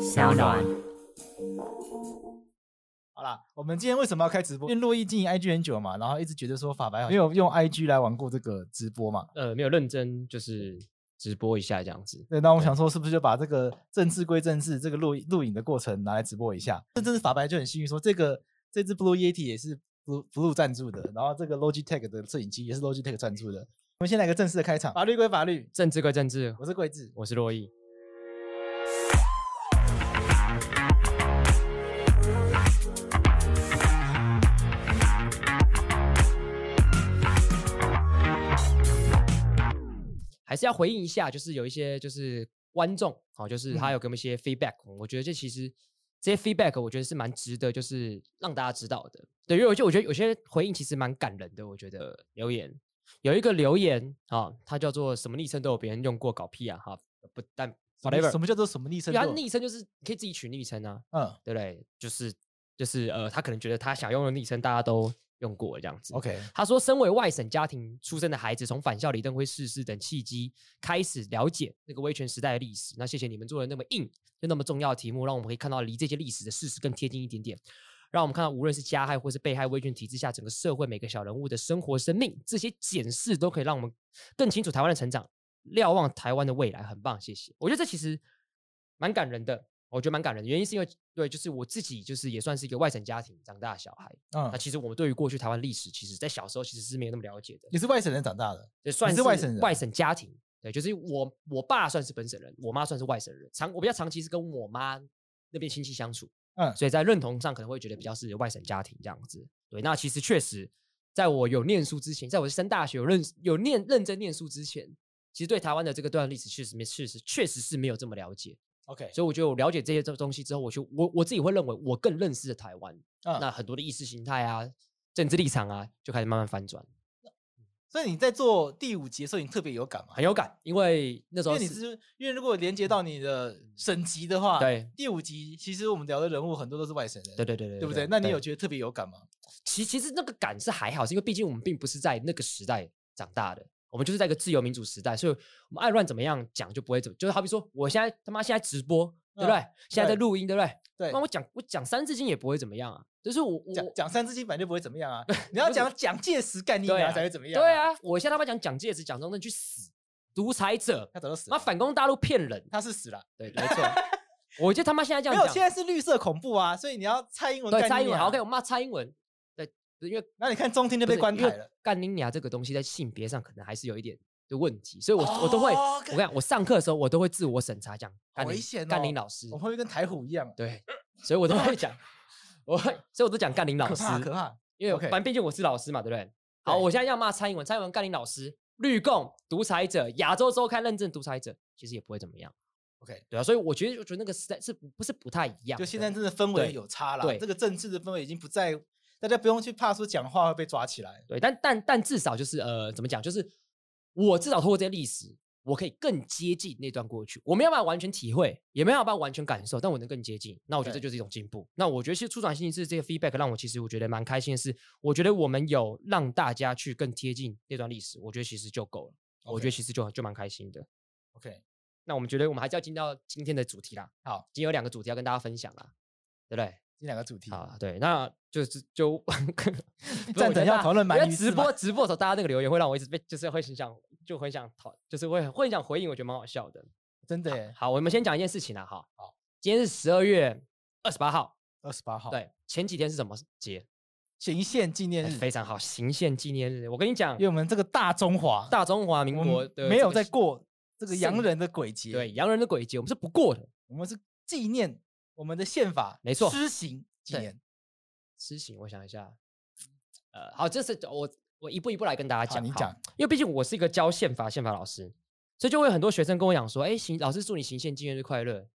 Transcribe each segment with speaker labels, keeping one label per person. Speaker 1: 小暖。
Speaker 2: 好啦，我们今天为什么要开直播？因为洛伊经营 IG 很久嘛，然后一直觉得说法白好像没有用 IG 来玩过这个直播嘛。
Speaker 3: 呃，没有认真就是直播一下这样子。
Speaker 2: 对，那我想说，是不是就把这个政治归政治，这个录录影的过程拿来直播一下？这真是法白就很幸运，说这个这支 Blue Yeti 也是 Blue Blue 赞助的，然后这个 Logitech 的摄影机也是 Logitech 赞助的。我们先来个正式的开场，法律归法律，
Speaker 3: 政治归政治，
Speaker 2: 我是桂智，
Speaker 3: 我是洛毅。还是要回应一下，就是有一些就是观众哦，就是
Speaker 2: 嗯
Speaker 3: 他有给我们一些 feedback，、我觉得这其实这些 feedback 我觉得是蛮值得，就是让大家知道的。对，因为我就我觉得有些回应其实蛮感人的，我觉得留言有一个留言啊、他叫做什么昵称都有别人用过，搞屁啊哈、不但
Speaker 2: 什么
Speaker 3: whatever，
Speaker 2: 什么叫做什么昵称
Speaker 3: 对啊，
Speaker 2: 作？
Speaker 3: 昵称就是你可以自己取昵称啊，
Speaker 2: 嗯
Speaker 3: 对不对？就是就是呃，他可能觉得他想用的昵称大家都用过这样子。
Speaker 2: ，OK，
Speaker 3: 他说，身为外省家庭出身的孩子，从返校、李登辉逝世等契机开始了解那个威权时代的历史。那谢谢你们做的那么硬又那么重要的题目，让我们可以看到离这些历史的事实更贴近一点点。让我们看到，无论是加害或是被害威权体制下，整个社会每个小人物的生活、生命，这些检视都可以让我们更清楚台湾的成长，瞭望台湾的未来。很棒，谢谢。我觉得这其实蛮感人的，我觉得蛮感人的。原因是因为对，就是我自己就是也算是一个外省家庭长大的小孩，那
Speaker 2: 嗯，
Speaker 3: 其实我们对于过去台湾历史，其实在小时候其实是没有那么了解的，
Speaker 2: 你是外省人长大的，
Speaker 3: 也算
Speaker 2: 是外省人啊
Speaker 3: 外省家庭。对，就是我我爸算是本省人，我妈算是外省人。长我比较长期是跟我妈那边亲戚相处，
Speaker 2: 嗯
Speaker 3: 所以在认同上可能会觉得比较是外省家庭这样子。对，那其实确实，在我有念书之前，在我升大学有认有念认真念书之前，其实对台湾的这个段历史确实没确实确实是没有这么了解。
Speaker 2: ，OK，
Speaker 3: 所以我觉得我了解这些东东西之后，我就我我自己会认为我更认识了台湾，
Speaker 2: 嗯
Speaker 3: 那很多的意识形态啊、政治立场啊，就开始慢慢翻转，
Speaker 2: 所以你在做第五节的时候，你特别有感嘛？
Speaker 3: 很有感，因为那时
Speaker 2: 因
Speaker 3: 候
Speaker 2: 为你
Speaker 3: 是嗯
Speaker 2: 是因为如果连接到你的省级的话，，
Speaker 3: 对
Speaker 2: 第五集其实我们聊的人物很多都是外省人，
Speaker 3: 对对对对，
Speaker 2: 对不对？那你有觉得特别有感吗？
Speaker 3: 其其实那个感是还好，是因为毕竟我们并不是在那个时代长大的，我们就是在一个自由民主时代，所以我们爱乱怎么样讲就不会怎么，就是好比说我现在他妈现在直播，对不对？现在在
Speaker 2: 嗯对
Speaker 3: 录音，对不对？
Speaker 2: 对
Speaker 3: 那，我讲我讲三字经也不会怎么样啊，就是我我
Speaker 2: 讲讲三字经本来就不会怎么样啊，你要讲蒋介石干你
Speaker 3: 对
Speaker 2: 娘
Speaker 3: 啊
Speaker 2: 才会怎么样？
Speaker 3: 对，啊，我现在他妈讲蒋介石、蒋中正去死，独裁者，
Speaker 2: 他早就死
Speaker 3: 妈
Speaker 2: 了，
Speaker 3: 反攻大陆骗人，
Speaker 2: 他是死了，
Speaker 3: 对，没 错。我就他妈现在这
Speaker 2: 没
Speaker 3: 样
Speaker 2: 有，现
Speaker 3: 讲，
Speaker 2: 在是绿色恐怖啊，所以你要蔡英文
Speaker 3: 对
Speaker 2: 干
Speaker 3: 蔡
Speaker 2: 你
Speaker 3: 英文
Speaker 2: 娘
Speaker 3: 好，OK，我骂蔡英文，对，因为
Speaker 2: 那你看中天就
Speaker 3: 不
Speaker 2: 被
Speaker 3: 是
Speaker 2: 关
Speaker 3: 因为
Speaker 2: 台了，
Speaker 3: 干你娘这个东西在性别上可能还是有一点的问题，所以我我都会，
Speaker 2: 哦
Speaker 3: 我跟你讲，我上课的时候我都会自我审查，讲干
Speaker 2: 危
Speaker 3: 你
Speaker 2: 险
Speaker 3: 干
Speaker 2: 哦
Speaker 3: 你老师
Speaker 2: 我，会不会跟台虎一样？
Speaker 3: 对，所以我都会讲， 我会，所以我都讲干你老
Speaker 2: 可
Speaker 3: 师，
Speaker 2: 怕可怕，
Speaker 3: 因为
Speaker 2: OK
Speaker 3: 反正毕竟我是老师嘛，对不对？好，
Speaker 2: 对
Speaker 3: 我现在要骂蔡英文，蔡英文干你老师，绿共独裁者，亚洲周刊认证独裁者，其实也不会怎么样。
Speaker 2: OK
Speaker 3: 对啊，所以我觉得，我觉得那个时代是不不是不太一样的。
Speaker 2: 就现在真的氛围
Speaker 3: 对
Speaker 2: 有差了，
Speaker 3: 对
Speaker 2: 这个政治的氛围已经不在，大家不用去怕说讲话会被抓起来。
Speaker 3: 对，但但但至少就是呃，怎么讲？就是我至少通过这些历史，我可以更接近那段过去。我没有办法完全体会，也没有办法完全感受，但我能更接近。那我觉得这
Speaker 2: 对
Speaker 3: 就是一种进步。那我觉得其实出转心是这个 feedback 让我其实我觉得蛮开心的是，我觉得我们有让大家去更贴近那段历史，我觉得其实就够了。我觉得
Speaker 2: OK
Speaker 3: 其实就就蛮开心的。
Speaker 2: OK，
Speaker 3: 那我们觉得我们还是要进到今天的主题啦。
Speaker 2: 好，
Speaker 3: 今天有两个主题要跟大家分享啦，对不对？
Speaker 2: 这两个主题，
Speaker 3: 啊，对，那就是就不是
Speaker 2: 赞
Speaker 3: 我觉
Speaker 2: 成
Speaker 3: 得
Speaker 2: 要
Speaker 3: 大家
Speaker 2: 讨论
Speaker 3: 因
Speaker 2: 蛮
Speaker 3: 为
Speaker 2: 鱼
Speaker 3: 直
Speaker 2: 翅嘛
Speaker 3: 播直播的时候，大家那个留言会让我一直被，就是会很想，就很想讨，就是会会很想回应，我觉得蛮好笑的。
Speaker 2: 真的耶，
Speaker 3: 好，我们先讲一件事情啦，哈，好，今天是十二月二十八号，
Speaker 2: 二十八号，，
Speaker 3: 对，前几天是什么节？
Speaker 2: 行宪纪念
Speaker 3: 哎
Speaker 2: 日，
Speaker 3: 非常好，行宪纪念日。我跟你讲
Speaker 2: 因为，我们这个大中华，
Speaker 3: 大中华民
Speaker 2: 我们
Speaker 3: 国的
Speaker 2: 没
Speaker 3: 这
Speaker 2: 有
Speaker 3: 个
Speaker 2: 在
Speaker 3: 是
Speaker 2: 过这个洋
Speaker 3: 圣
Speaker 2: 人的鬼节，
Speaker 3: 对，洋人的鬼节，我们是不过的，
Speaker 2: 我们是纪念我们的宪法，
Speaker 3: 没错
Speaker 2: 施行纪
Speaker 3: 对
Speaker 2: 念。
Speaker 3: 私刑，我想一下，呃，好，这是我我一步一步来跟大家
Speaker 2: 好
Speaker 3: 讲。
Speaker 2: 你
Speaker 3: 好
Speaker 2: 讲，
Speaker 3: 因为毕竟我是一个教宪法宪法老师，所以就会有很多学生跟我讲说，哎，行，老师祝你行宪纪念日快乐。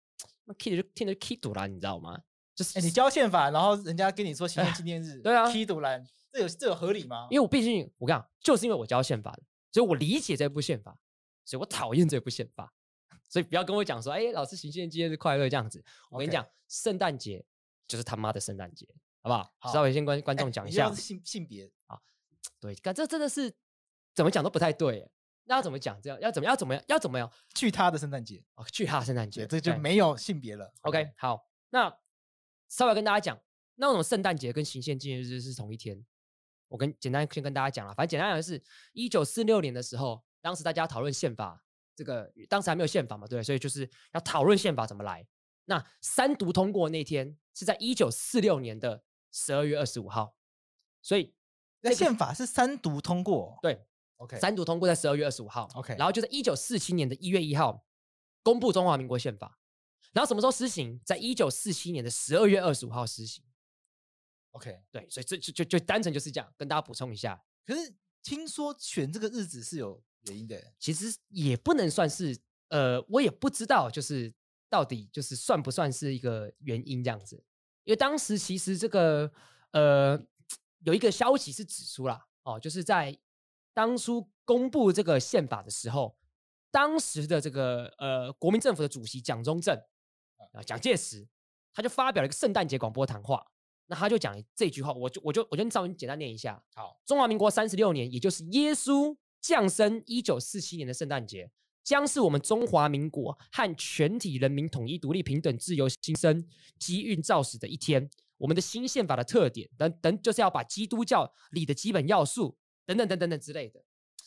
Speaker 3: 那 kid 就听着 kid 堵啦，你知道吗？就是、
Speaker 2: 哎，你教宪法，然后人家跟你说行宪纪念 日，
Speaker 3: 对啊
Speaker 2: 踢独兰，这有这有合理吗？
Speaker 3: 因为我毕竟我跟你讲，就是因为我教宪法的，所以我理解这部宪法，所以我讨厌这部宪法。 所以不要跟我讲说，哎、老师行宪纪念日快乐这样子。我跟你
Speaker 2: OK
Speaker 3: 讲，圣诞节就是他妈的圣诞节，好不好？
Speaker 2: 好
Speaker 3: 稍微先跟观
Speaker 2: 哎
Speaker 3: 众讲一
Speaker 2: 你这
Speaker 3: 下
Speaker 2: 样是，性性别，
Speaker 3: 对，干这真的是怎么讲都不太对耶。那要怎么讲？这样要怎么要怎么样要怎么样？
Speaker 2: 去他的圣诞节，
Speaker 3: 哦，去哈圣诞节，
Speaker 2: 对，这就
Speaker 3: 对
Speaker 2: 没有性别了。
Speaker 3: OK，好，那稍微跟大家讲，那种圣诞节跟行宪纪念日是同一天。我跟简单先跟大家讲了，反正简单讲是，一九四六年的时候，当时大家讨论宪法，这个当时还没有宪法嘛，对，所以就是要讨论宪法怎么来。那三读通过那天是在一九四六年的十二月二十五号，所以
Speaker 2: 那宪法是三读通过，
Speaker 3: 对
Speaker 2: ，OK，
Speaker 3: 三读通过在十二月二十五号
Speaker 2: OK
Speaker 3: 然后就在一九四七年的一月一号公布中华民国宪法，然后什么时候施行？在一九四七年的十二月二十五号施行。
Speaker 2: OK。
Speaker 3: 对，所以这就就就单纯就是这样，跟大家补充一下，
Speaker 2: 可是听说选这个日子是有原因的，
Speaker 3: 其实也不能算是，呃，我也不知道，就是到底就是算不算是一个原因这样子，因为当时其实这个呃有一个消息是指出啦，哦，就是在当初公布这个宪法的时候，当时的这个呃国民政府的主席蒋中正啊、蒋介石，他就发表了一个圣诞节广播谈话，那他就讲这句话，我就我就我就稍微简单念一下。
Speaker 2: 好，
Speaker 3: 中华民国三十六年，也就是耶稣降生一九四七年的圣诞节，将是我们中华民国和全体人民统一、独立、平等、自由、新生、机运造始的一天。我们的新宪法的特点等等，就是要把基督教里的基本要素等等等等等之类的。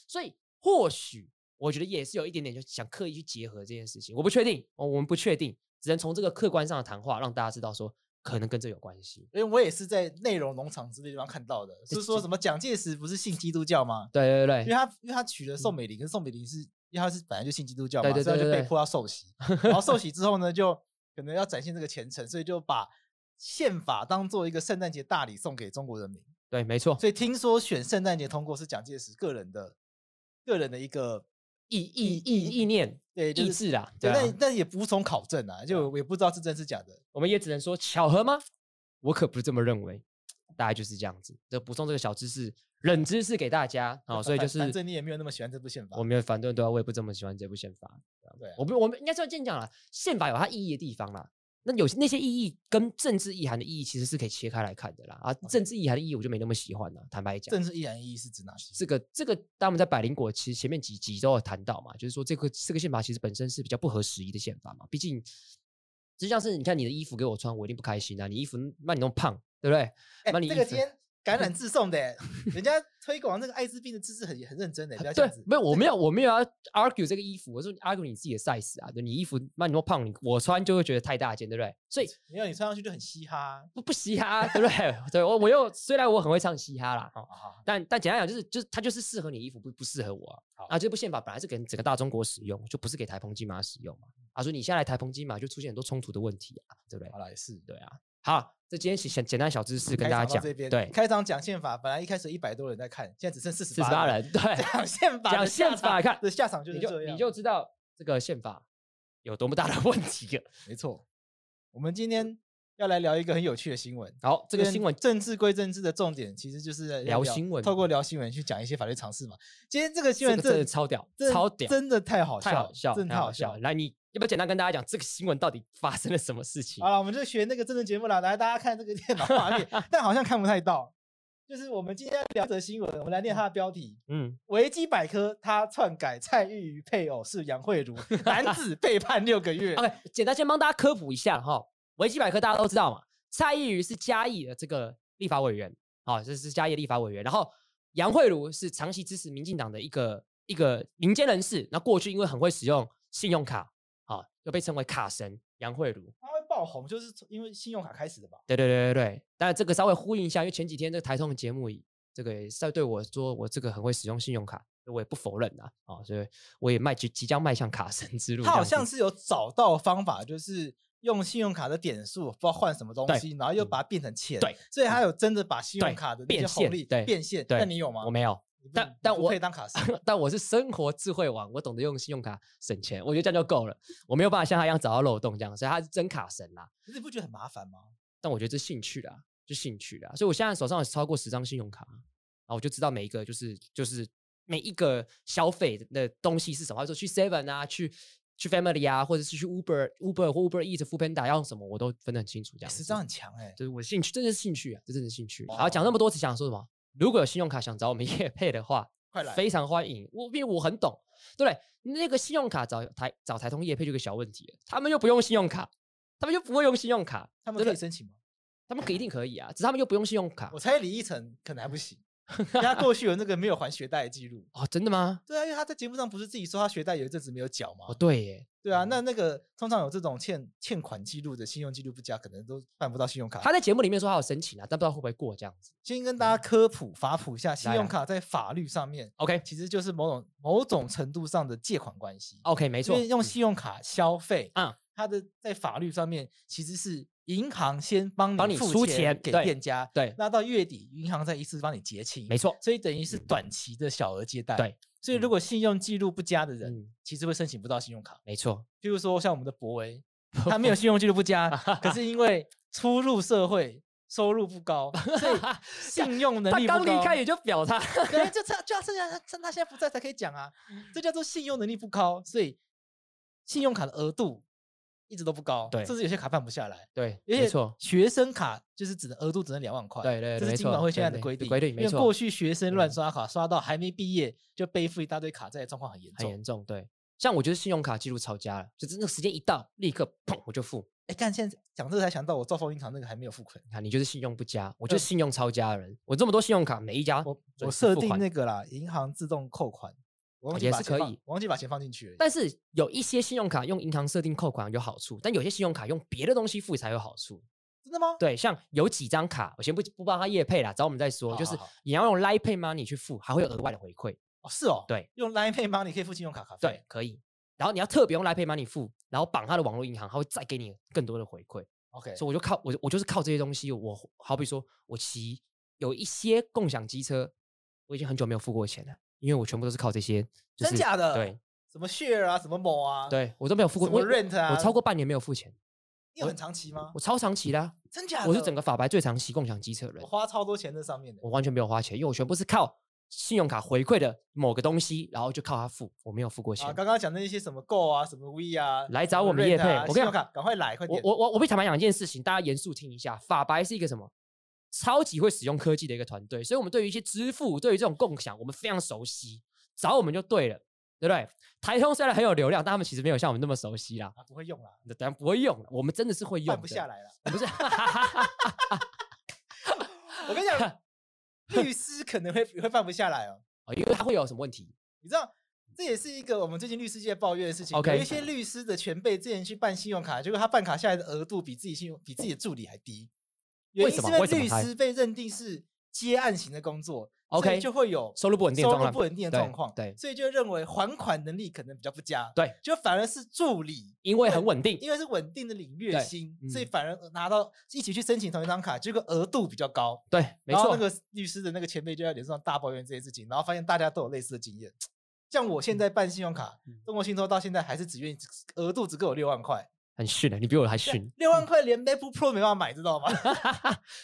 Speaker 3: 所以或许我觉得也是有一点点，就想刻意去结合这件事情。我不确定，哦，我们不确定，只能从这个客观上的谈话让大家知道说，可能跟这有关系。
Speaker 2: 因为我也是在内容农场之类地方看到的，是说什么蒋介石不是信基督教吗？
Speaker 3: 对对对嗯
Speaker 2: 因为，他因为他娶了宋美龄，可是宋美龄是因为他是本来就信基督教嘛，
Speaker 3: 对对
Speaker 2: 所以他就
Speaker 3: 对对
Speaker 2: 被
Speaker 3: 对
Speaker 2: 迫要受洗，然后受洗之后呢，就可能要展现这个虔诚，所以就把宪法当做一个圣诞节大礼送给中国人民。
Speaker 3: 对，没错，
Speaker 2: 所以听说选圣诞节通过是蒋介石个人的个人的一个
Speaker 3: 意意意意念
Speaker 2: 对就
Speaker 3: 意
Speaker 2: 是
Speaker 3: 志啦，对
Speaker 2: 对，
Speaker 3: 啊
Speaker 2: 但但也无从考证啊，就我也不知道是真是假的。
Speaker 3: 我们也只能说巧合吗？我可不是这么认为，大概就是这样子。这补充这个小知识、冷知识给大家啊、
Speaker 2: 那
Speaker 3: 哦，所以
Speaker 2: 反
Speaker 3: 就
Speaker 2: 反
Speaker 3: 是
Speaker 2: 正你也没有那么喜欢这部宪法
Speaker 3: 我，没有反对对啊，我也不这么喜欢这部宪法。
Speaker 2: 对啊
Speaker 3: 我不，我们应该是要这样讲啦，宪法有它意义的地方啦。那有些那些意义跟政治意涵的意义其实是可以切开来看的啦。
Speaker 2: 哦
Speaker 3: 啊，政治意涵的意义我就没那么喜欢了，坦白讲。
Speaker 2: 政治意涵意义是指哪些？
Speaker 3: 这个这个，当我们在百灵果其实前面几集都有谈到嘛，就是说这个这个宪法其实本身是比较不合时宜的宪法嘛，毕竟就像是你看你的衣服给我穿，我一定不开心啊，你衣服那你弄胖，对不对？
Speaker 2: 哎、
Speaker 3: 那你嗯
Speaker 2: 这
Speaker 3: 衣
Speaker 2: 个
Speaker 3: 服
Speaker 2: 今天感染自送的欸、人家推广那个艾滋病的知识很很认 真的、不要这
Speaker 3: 对
Speaker 2: 样子，。
Speaker 3: 没有，我没有，我没有要 argue 这个衣服，我说你 argue 你自己的 size 啊，对你衣服那你弄胖，你我穿就会觉得太大件，对不对？所以
Speaker 2: 没有你穿上去就很嘻哈啊。
Speaker 3: 不不嘻哈，对不对？ 对我我又虽然我很会唱嘻哈啦，哦，
Speaker 2: 啊
Speaker 3: 但但简单讲就是就是它就是适合你衣服，不不适合我啊
Speaker 2: 好。
Speaker 3: 啊，这部宪法本来是给整个大中国使用，就不是给台澎金马使用嘛。啊，所以你现在来台澎金马就出现很多冲突的问题啊，对不对
Speaker 2: 好？了，也是
Speaker 3: 对啊。好，这今天简简单的小知识跟
Speaker 2: 开
Speaker 3: 大家
Speaker 2: 场到
Speaker 3: 讲，
Speaker 2: 这边
Speaker 3: 对，
Speaker 2: 开场讲宪法，本来一开始一百多人在看，现在只剩四十
Speaker 3: 四十八。人，对，
Speaker 2: 讲宪法的
Speaker 3: 讲
Speaker 2: 下
Speaker 3: 宪法
Speaker 2: 场
Speaker 3: 看
Speaker 2: 的下场就是
Speaker 3: 你
Speaker 2: 这
Speaker 3: 就
Speaker 2: 样，
Speaker 3: 你就知道这个宪法有多么大的问题了。
Speaker 2: 没错。我们今天要来聊一个很有趣的新闻。
Speaker 3: 好，这个新闻
Speaker 2: 政治归政治的重点其实就是要
Speaker 3: 聊新闻
Speaker 2: 透过聊新闻去讲一些法律常识嘛。今天这个新
Speaker 3: 这
Speaker 2: 闻
Speaker 3: 个真的超屌
Speaker 2: 真，
Speaker 3: 超屌，
Speaker 2: 真的太好
Speaker 3: 太
Speaker 2: 笑
Speaker 3: 好
Speaker 2: 了，
Speaker 3: 笑，
Speaker 2: 真的
Speaker 3: 太
Speaker 2: 太
Speaker 3: 好
Speaker 2: 好笑
Speaker 3: 笑
Speaker 2: 了
Speaker 3: 了。。来，你要不要简单跟大家讲这个新闻到底发生了什么事情
Speaker 2: 好？了，我们就学那个真人节目啦，来大家看这个电脑画 面，但好像看不太到。就是我们今天聊的新闻，我们来念它的标题：
Speaker 3: 嗯，
Speaker 2: 维基百科他篡改蔡玉瑜配偶是杨慧茹，男子 被判六个月。
Speaker 3: OK，简单先帮大家科普一下哈，维基百科大家都知道嘛，蔡依瑜是嘉义的这个立法委员，好、这是嘉义的立法委员，然后杨慧茹是长期支持民进党的一个一个民间人士，那过去因为很会使用信用卡，好、又被称为卡神杨慧茹，
Speaker 2: 他会爆红，就是从因为信用卡开始的吧？
Speaker 3: 对对对对对，但这个稍微呼应一下，因为前几天这个台通的节目，这个也是在对我说我这个很会使用信用卡，我也不否认啊，哦，所以我也迈即即将迈向卡神之路这
Speaker 2: 他
Speaker 3: 样子，
Speaker 2: 好像是有找到方法，就是用信用卡的点数，不知道换什么东
Speaker 3: 对
Speaker 2: 西，然后又
Speaker 3: 嗯
Speaker 2: 把它变成钱。
Speaker 3: 对，嗯
Speaker 2: 所以他有真的把信用
Speaker 3: 对
Speaker 2: 卡的那
Speaker 3: 变
Speaker 2: 些红
Speaker 3: 现
Speaker 2: 利
Speaker 3: 对
Speaker 2: 变现。
Speaker 3: 对
Speaker 2: 那你有吗？
Speaker 3: 我没有。
Speaker 2: 你不，
Speaker 3: 但
Speaker 2: 你
Speaker 3: 但
Speaker 2: 不
Speaker 3: 我
Speaker 2: 配当卡神。
Speaker 3: 但我是生活智慧王，我懂得用信用卡省钱，我觉得这样就够了。我没有办法像他一样找到漏洞这样，所以他是真卡神啦。
Speaker 2: 可是你不觉得很麻烦吗？
Speaker 3: 但我觉得这兴趣啦，就兴趣啦。所以我现在手上有超过十张信用卡，啊然后我就知道每一个就是就是每一个消费的东西是什么，说去 Seven 啊，去去 Family 啊，或者是去 Uber Uber 或 Uber Eats、f o o p a n d a 要用什么，我都分得很清楚这样子。
Speaker 2: 十张很强哎、
Speaker 3: 就是我的 兴趣，真的是兴趣啊，这真的是兴趣。好，讲那么多，只想说什么？如果有信用卡想找我们业配的话，
Speaker 2: 快来，
Speaker 3: 非常欢迎。我因为我很懂，对不对？那个信用卡找台找台通业配就有个小问题了，他们又不用信用卡，他们又不会用信用卡，
Speaker 2: 他们
Speaker 3: 真
Speaker 2: 可
Speaker 3: 的
Speaker 2: 以申请吗？
Speaker 3: 他们可一定可以啊，只是他们又不用信用卡
Speaker 2: 我。猜李依晨可能还 不行，因为他过去有那个没有还学贷的记录。
Speaker 3: 哦，真的吗？
Speaker 2: 对啊，因为他在节目上不是自己说他学贷有一阵子没有缴吗
Speaker 3: 哦，？对耶，
Speaker 2: 对啊，
Speaker 3: 哦
Speaker 2: 那那个通常有这种欠欠款记录的，信用记录不佳，可能都办不到信用卡。
Speaker 3: 他在节目里面说他有申请啊，但不知道会不会过这样子。
Speaker 2: 先跟大家科普、法普一下，信
Speaker 3: 嗯来啊
Speaker 2: 用
Speaker 3: 来
Speaker 2: 卡在法律上面
Speaker 3: OK
Speaker 2: 其实就是某种某种程度上的借款关系。
Speaker 3: OK，没
Speaker 2: 没
Speaker 3: 错，
Speaker 2: 用
Speaker 3: 嗯
Speaker 2: 信用卡消费，
Speaker 3: 嗯
Speaker 2: 它的在法律上面其实是银行先帮
Speaker 3: 帮你
Speaker 2: 付
Speaker 3: 出
Speaker 2: 钱
Speaker 3: 钱
Speaker 2: 给
Speaker 3: 对
Speaker 2: 店家，
Speaker 3: 对，
Speaker 2: 那到月底银行再一次帮你结清，
Speaker 3: 没错，嗯
Speaker 2: 所以等于是短期的小额借贷。
Speaker 3: 对，
Speaker 2: 所以如
Speaker 3: 嗯
Speaker 2: 果信用记录不佳的人，
Speaker 3: 嗯，
Speaker 2: 其实会申请不到信用卡。
Speaker 3: 没错，
Speaker 2: 譬如说像我们的博 威，他没有信用记录不佳，可是因为初入社会，收入不高，所以 信用能
Speaker 3: 他
Speaker 2: 力不
Speaker 3: 刚离
Speaker 2: 高。
Speaker 3: 开也就表他，
Speaker 2: 对，就他就要剩下他趁他现在不在才可以讲啊，这叫做信用能力不高，所以信用卡的额度一直都不高，
Speaker 3: 对
Speaker 2: 甚至有些卡办不下来。
Speaker 3: 对，
Speaker 2: 而
Speaker 3: 没
Speaker 2: 且
Speaker 3: 错，
Speaker 2: 学生卡就是只能额度只能两万块，
Speaker 3: 对对，
Speaker 2: 这
Speaker 3: 没
Speaker 2: 是金管
Speaker 3: 错
Speaker 2: 会现
Speaker 3: 对
Speaker 2: 在的
Speaker 3: 对
Speaker 2: 规定。
Speaker 3: 规定，
Speaker 2: 因
Speaker 3: 没
Speaker 2: 为
Speaker 3: 错，
Speaker 2: 过去学生乱
Speaker 3: 嗯
Speaker 2: 刷卡，刷到还没毕业就背负一大堆卡债，状况很严
Speaker 3: 很
Speaker 2: 重。
Speaker 3: 严重。对，像我觉得信用卡记录吵架了，就是那个时间一到，立刻砰我就付。
Speaker 2: 哎，干现在讲这个才想到，我兆丰银行那个还没有付款，
Speaker 3: 你看，你就是信用不佳，我就是
Speaker 2: 嗯
Speaker 3: 信用超佳的人。我这么多信用卡，每一家
Speaker 2: 我
Speaker 3: 准
Speaker 2: 我
Speaker 3: 时
Speaker 2: 设
Speaker 3: 付
Speaker 2: 定
Speaker 3: 款哦
Speaker 2: 那个啦，银行自动扣款，我忘记
Speaker 3: 也
Speaker 2: 把
Speaker 3: 是
Speaker 2: 钱
Speaker 3: 可
Speaker 2: 放
Speaker 3: 以
Speaker 2: 我忘记把钱放进去了。
Speaker 3: 但是有一些信用卡用银行设定扣款有好处，但有些信用卡用别的东西付才有好处。
Speaker 2: 真的吗？
Speaker 3: 对，像有几张卡，我先不不帮他业配啦，找我们再说。
Speaker 2: 好
Speaker 3: 就是
Speaker 2: 好好
Speaker 3: 你要用 Line Pay Money 去付，还会有额外的回馈。
Speaker 2: 哦，是哦，
Speaker 3: 对，
Speaker 2: 用 Line Pay Money 可以付信用卡卡费。
Speaker 3: 对，可以。然后你要特别用 Line Pay Money 付，然后绑他的网络银行，他会再给你更多的回馈。
Speaker 2: ，OK，
Speaker 3: 所以我就靠我我就是靠这些东西，我好比说我骑有一些共享机车，我已经很久没有付过钱了，因为我全部都是靠这些，就
Speaker 2: 真
Speaker 3: 是
Speaker 2: 假的？
Speaker 3: 对，
Speaker 2: 什么 share 啊，什么某啊，，
Speaker 3: 对我都没有付过，
Speaker 2: 什么
Speaker 3: 我
Speaker 2: rent 啊，
Speaker 3: 我超过半年没有付钱，
Speaker 2: 你有很长期吗
Speaker 3: 我？超长期的啊、
Speaker 2: 真假的？
Speaker 3: 我是整个法白最长期共享机车的人
Speaker 2: 我，花超多钱在上面的啊
Speaker 3: 我。完全没有花钱，因为我全部是靠信用卡回馈的某个东西，然后就靠它付，我没有付过钱
Speaker 2: 啊，。刚刚讲那些什么 Go 啊，什么 We 啊，
Speaker 3: 来
Speaker 2: 什
Speaker 3: 找
Speaker 2: 么
Speaker 3: 我们
Speaker 2: rent
Speaker 3: 业配
Speaker 2: 啊
Speaker 3: 我跟
Speaker 2: 信
Speaker 3: 你讲
Speaker 2: 用卡赶快来，快
Speaker 3: 我
Speaker 2: 点！
Speaker 3: 我我我被坦白讲一件事情，大家严肃听一下，法白是一个什么？超级会使用科技的一个团队，所以我们对于一些支付，对于这种共享，我们非常熟悉，找我们就对了，对不对？台通虽然很有流量，但他们其实没有像我们那么熟悉啦，
Speaker 2: 啊不会用啦，
Speaker 3: 那当然不会用了，我们真的是会用
Speaker 2: 办
Speaker 3: 的，
Speaker 2: 不下来了。
Speaker 3: 不是？
Speaker 2: 我跟 你讲，律师可能会会办不下来哦。
Speaker 3: 哦因为它会有什么问题？
Speaker 2: 你知道，这也是一个我们最近律师界抱怨的事情。
Speaker 3: OK
Speaker 2: 有一些律师的前辈之前去办信用卡，结果他办卡下来的额度比自己信用比自己的助理还低。原
Speaker 3: 为
Speaker 2: 因
Speaker 3: 什
Speaker 2: 是
Speaker 3: 么
Speaker 2: 因为
Speaker 3: 为什么
Speaker 2: 律
Speaker 3: 他
Speaker 2: 师被认定是接案型的工作所以
Speaker 3: OK
Speaker 2: 就会有
Speaker 3: 收入不稳定的
Speaker 2: 收
Speaker 3: 状
Speaker 2: 入
Speaker 3: 况
Speaker 2: 不稳定的
Speaker 3: 对
Speaker 2: 状况，
Speaker 3: 对
Speaker 2: 所以就认为还款能力可能比较不佳，
Speaker 3: 对，
Speaker 2: 就反而是助理。
Speaker 3: 因为很稳定，
Speaker 2: 因为是稳定的领月
Speaker 3: 对
Speaker 2: 薪，所以
Speaker 3: 嗯
Speaker 2: 反而拿到一起去申请同一张卡，结果额度比较高。
Speaker 3: 对，没
Speaker 2: 然后
Speaker 3: 错，
Speaker 2: 那个律师的那个前辈就在脸上大抱怨这些事情，然后发现大家都有类似的经验。像我现在办信用卡，
Speaker 3: 嗯
Speaker 2: 中国信托到现在还是只愿意额度只给我六万块，
Speaker 3: 很逊的，你比我还逊。
Speaker 2: 六万块连 MacBook Pro 没办法买，知 道吗？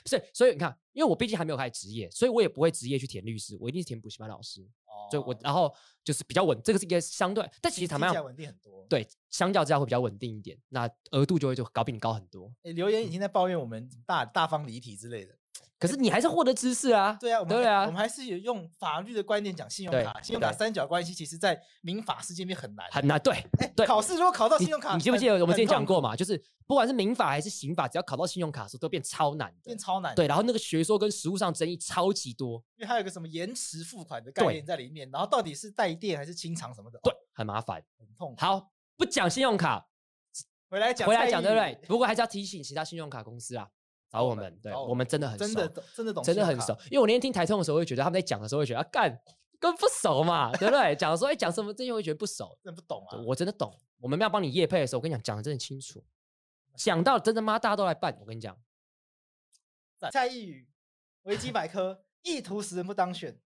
Speaker 3: 不是，所以你看，因为我毕竟还没有开始职业，所以我也不会职业去填律师，我一定是填补习班老师。所以我
Speaker 2: 哦
Speaker 3: 然后就是比较稳，这个是一个相对，但其实坦
Speaker 2: 听
Speaker 3: 白
Speaker 2: 起来
Speaker 3: 讲，
Speaker 2: 稳定很多。
Speaker 3: 对，相较之下会比较稳定一点，那额度就会就高比你高很多。
Speaker 2: 诶留言已经在抱怨我们大大方离题之类的。
Speaker 3: 可是你还是获得知识啊，
Speaker 2: 对啊，我们
Speaker 3: 对
Speaker 2: 还
Speaker 3: 啊
Speaker 2: 我们还是有用法律的观点讲信用
Speaker 3: 对
Speaker 2: 卡，信用卡
Speaker 3: 对
Speaker 2: 三角关系其实在民法世界里面很难。
Speaker 3: 很难对
Speaker 2: 哎，
Speaker 3: 对。
Speaker 2: 考试如果考到
Speaker 3: 你
Speaker 2: 信用卡，
Speaker 3: 你记不
Speaker 2: 很
Speaker 3: 记得我们之前
Speaker 2: 很
Speaker 3: 讲
Speaker 2: 痛
Speaker 3: 过
Speaker 2: 苦
Speaker 3: 嘛？就是不管是民法还是刑法，只要考到信用卡的时候，都变超难的
Speaker 2: 变。超难，
Speaker 3: 对，，然后那个学说跟实务上争议超级多，
Speaker 2: 因为它有个什么延迟付款的概
Speaker 3: 对
Speaker 2: 念在里面，然后到底是带电还是清偿什么的，哦
Speaker 3: 对，很麻烦。
Speaker 2: 很痛苦。
Speaker 3: 好，不讲信用卡，
Speaker 2: 回来讲，
Speaker 3: 回来讲对不对？？不过还是要提醒其他信用卡公司啊，找
Speaker 2: 我
Speaker 3: 我
Speaker 2: 们
Speaker 3: 们，对
Speaker 2: 找我
Speaker 3: 我们真的很
Speaker 2: 哦真
Speaker 3: 熟
Speaker 2: 的懂真的懂，
Speaker 3: 真的很熟。。因为我那天听台通的时候，会觉得他们在讲的时候，会觉得啊干跟不熟嘛，对不对？讲的时候哎讲什么，这些会觉得不熟。
Speaker 2: 真的不懂啊！
Speaker 3: 我真的懂。我们要帮你业配的时候，我跟你讲，讲的真的清楚，讲到真的妈大家都来办。我跟你讲，
Speaker 2: 蔡依宇，维基百科，意图使人不当选，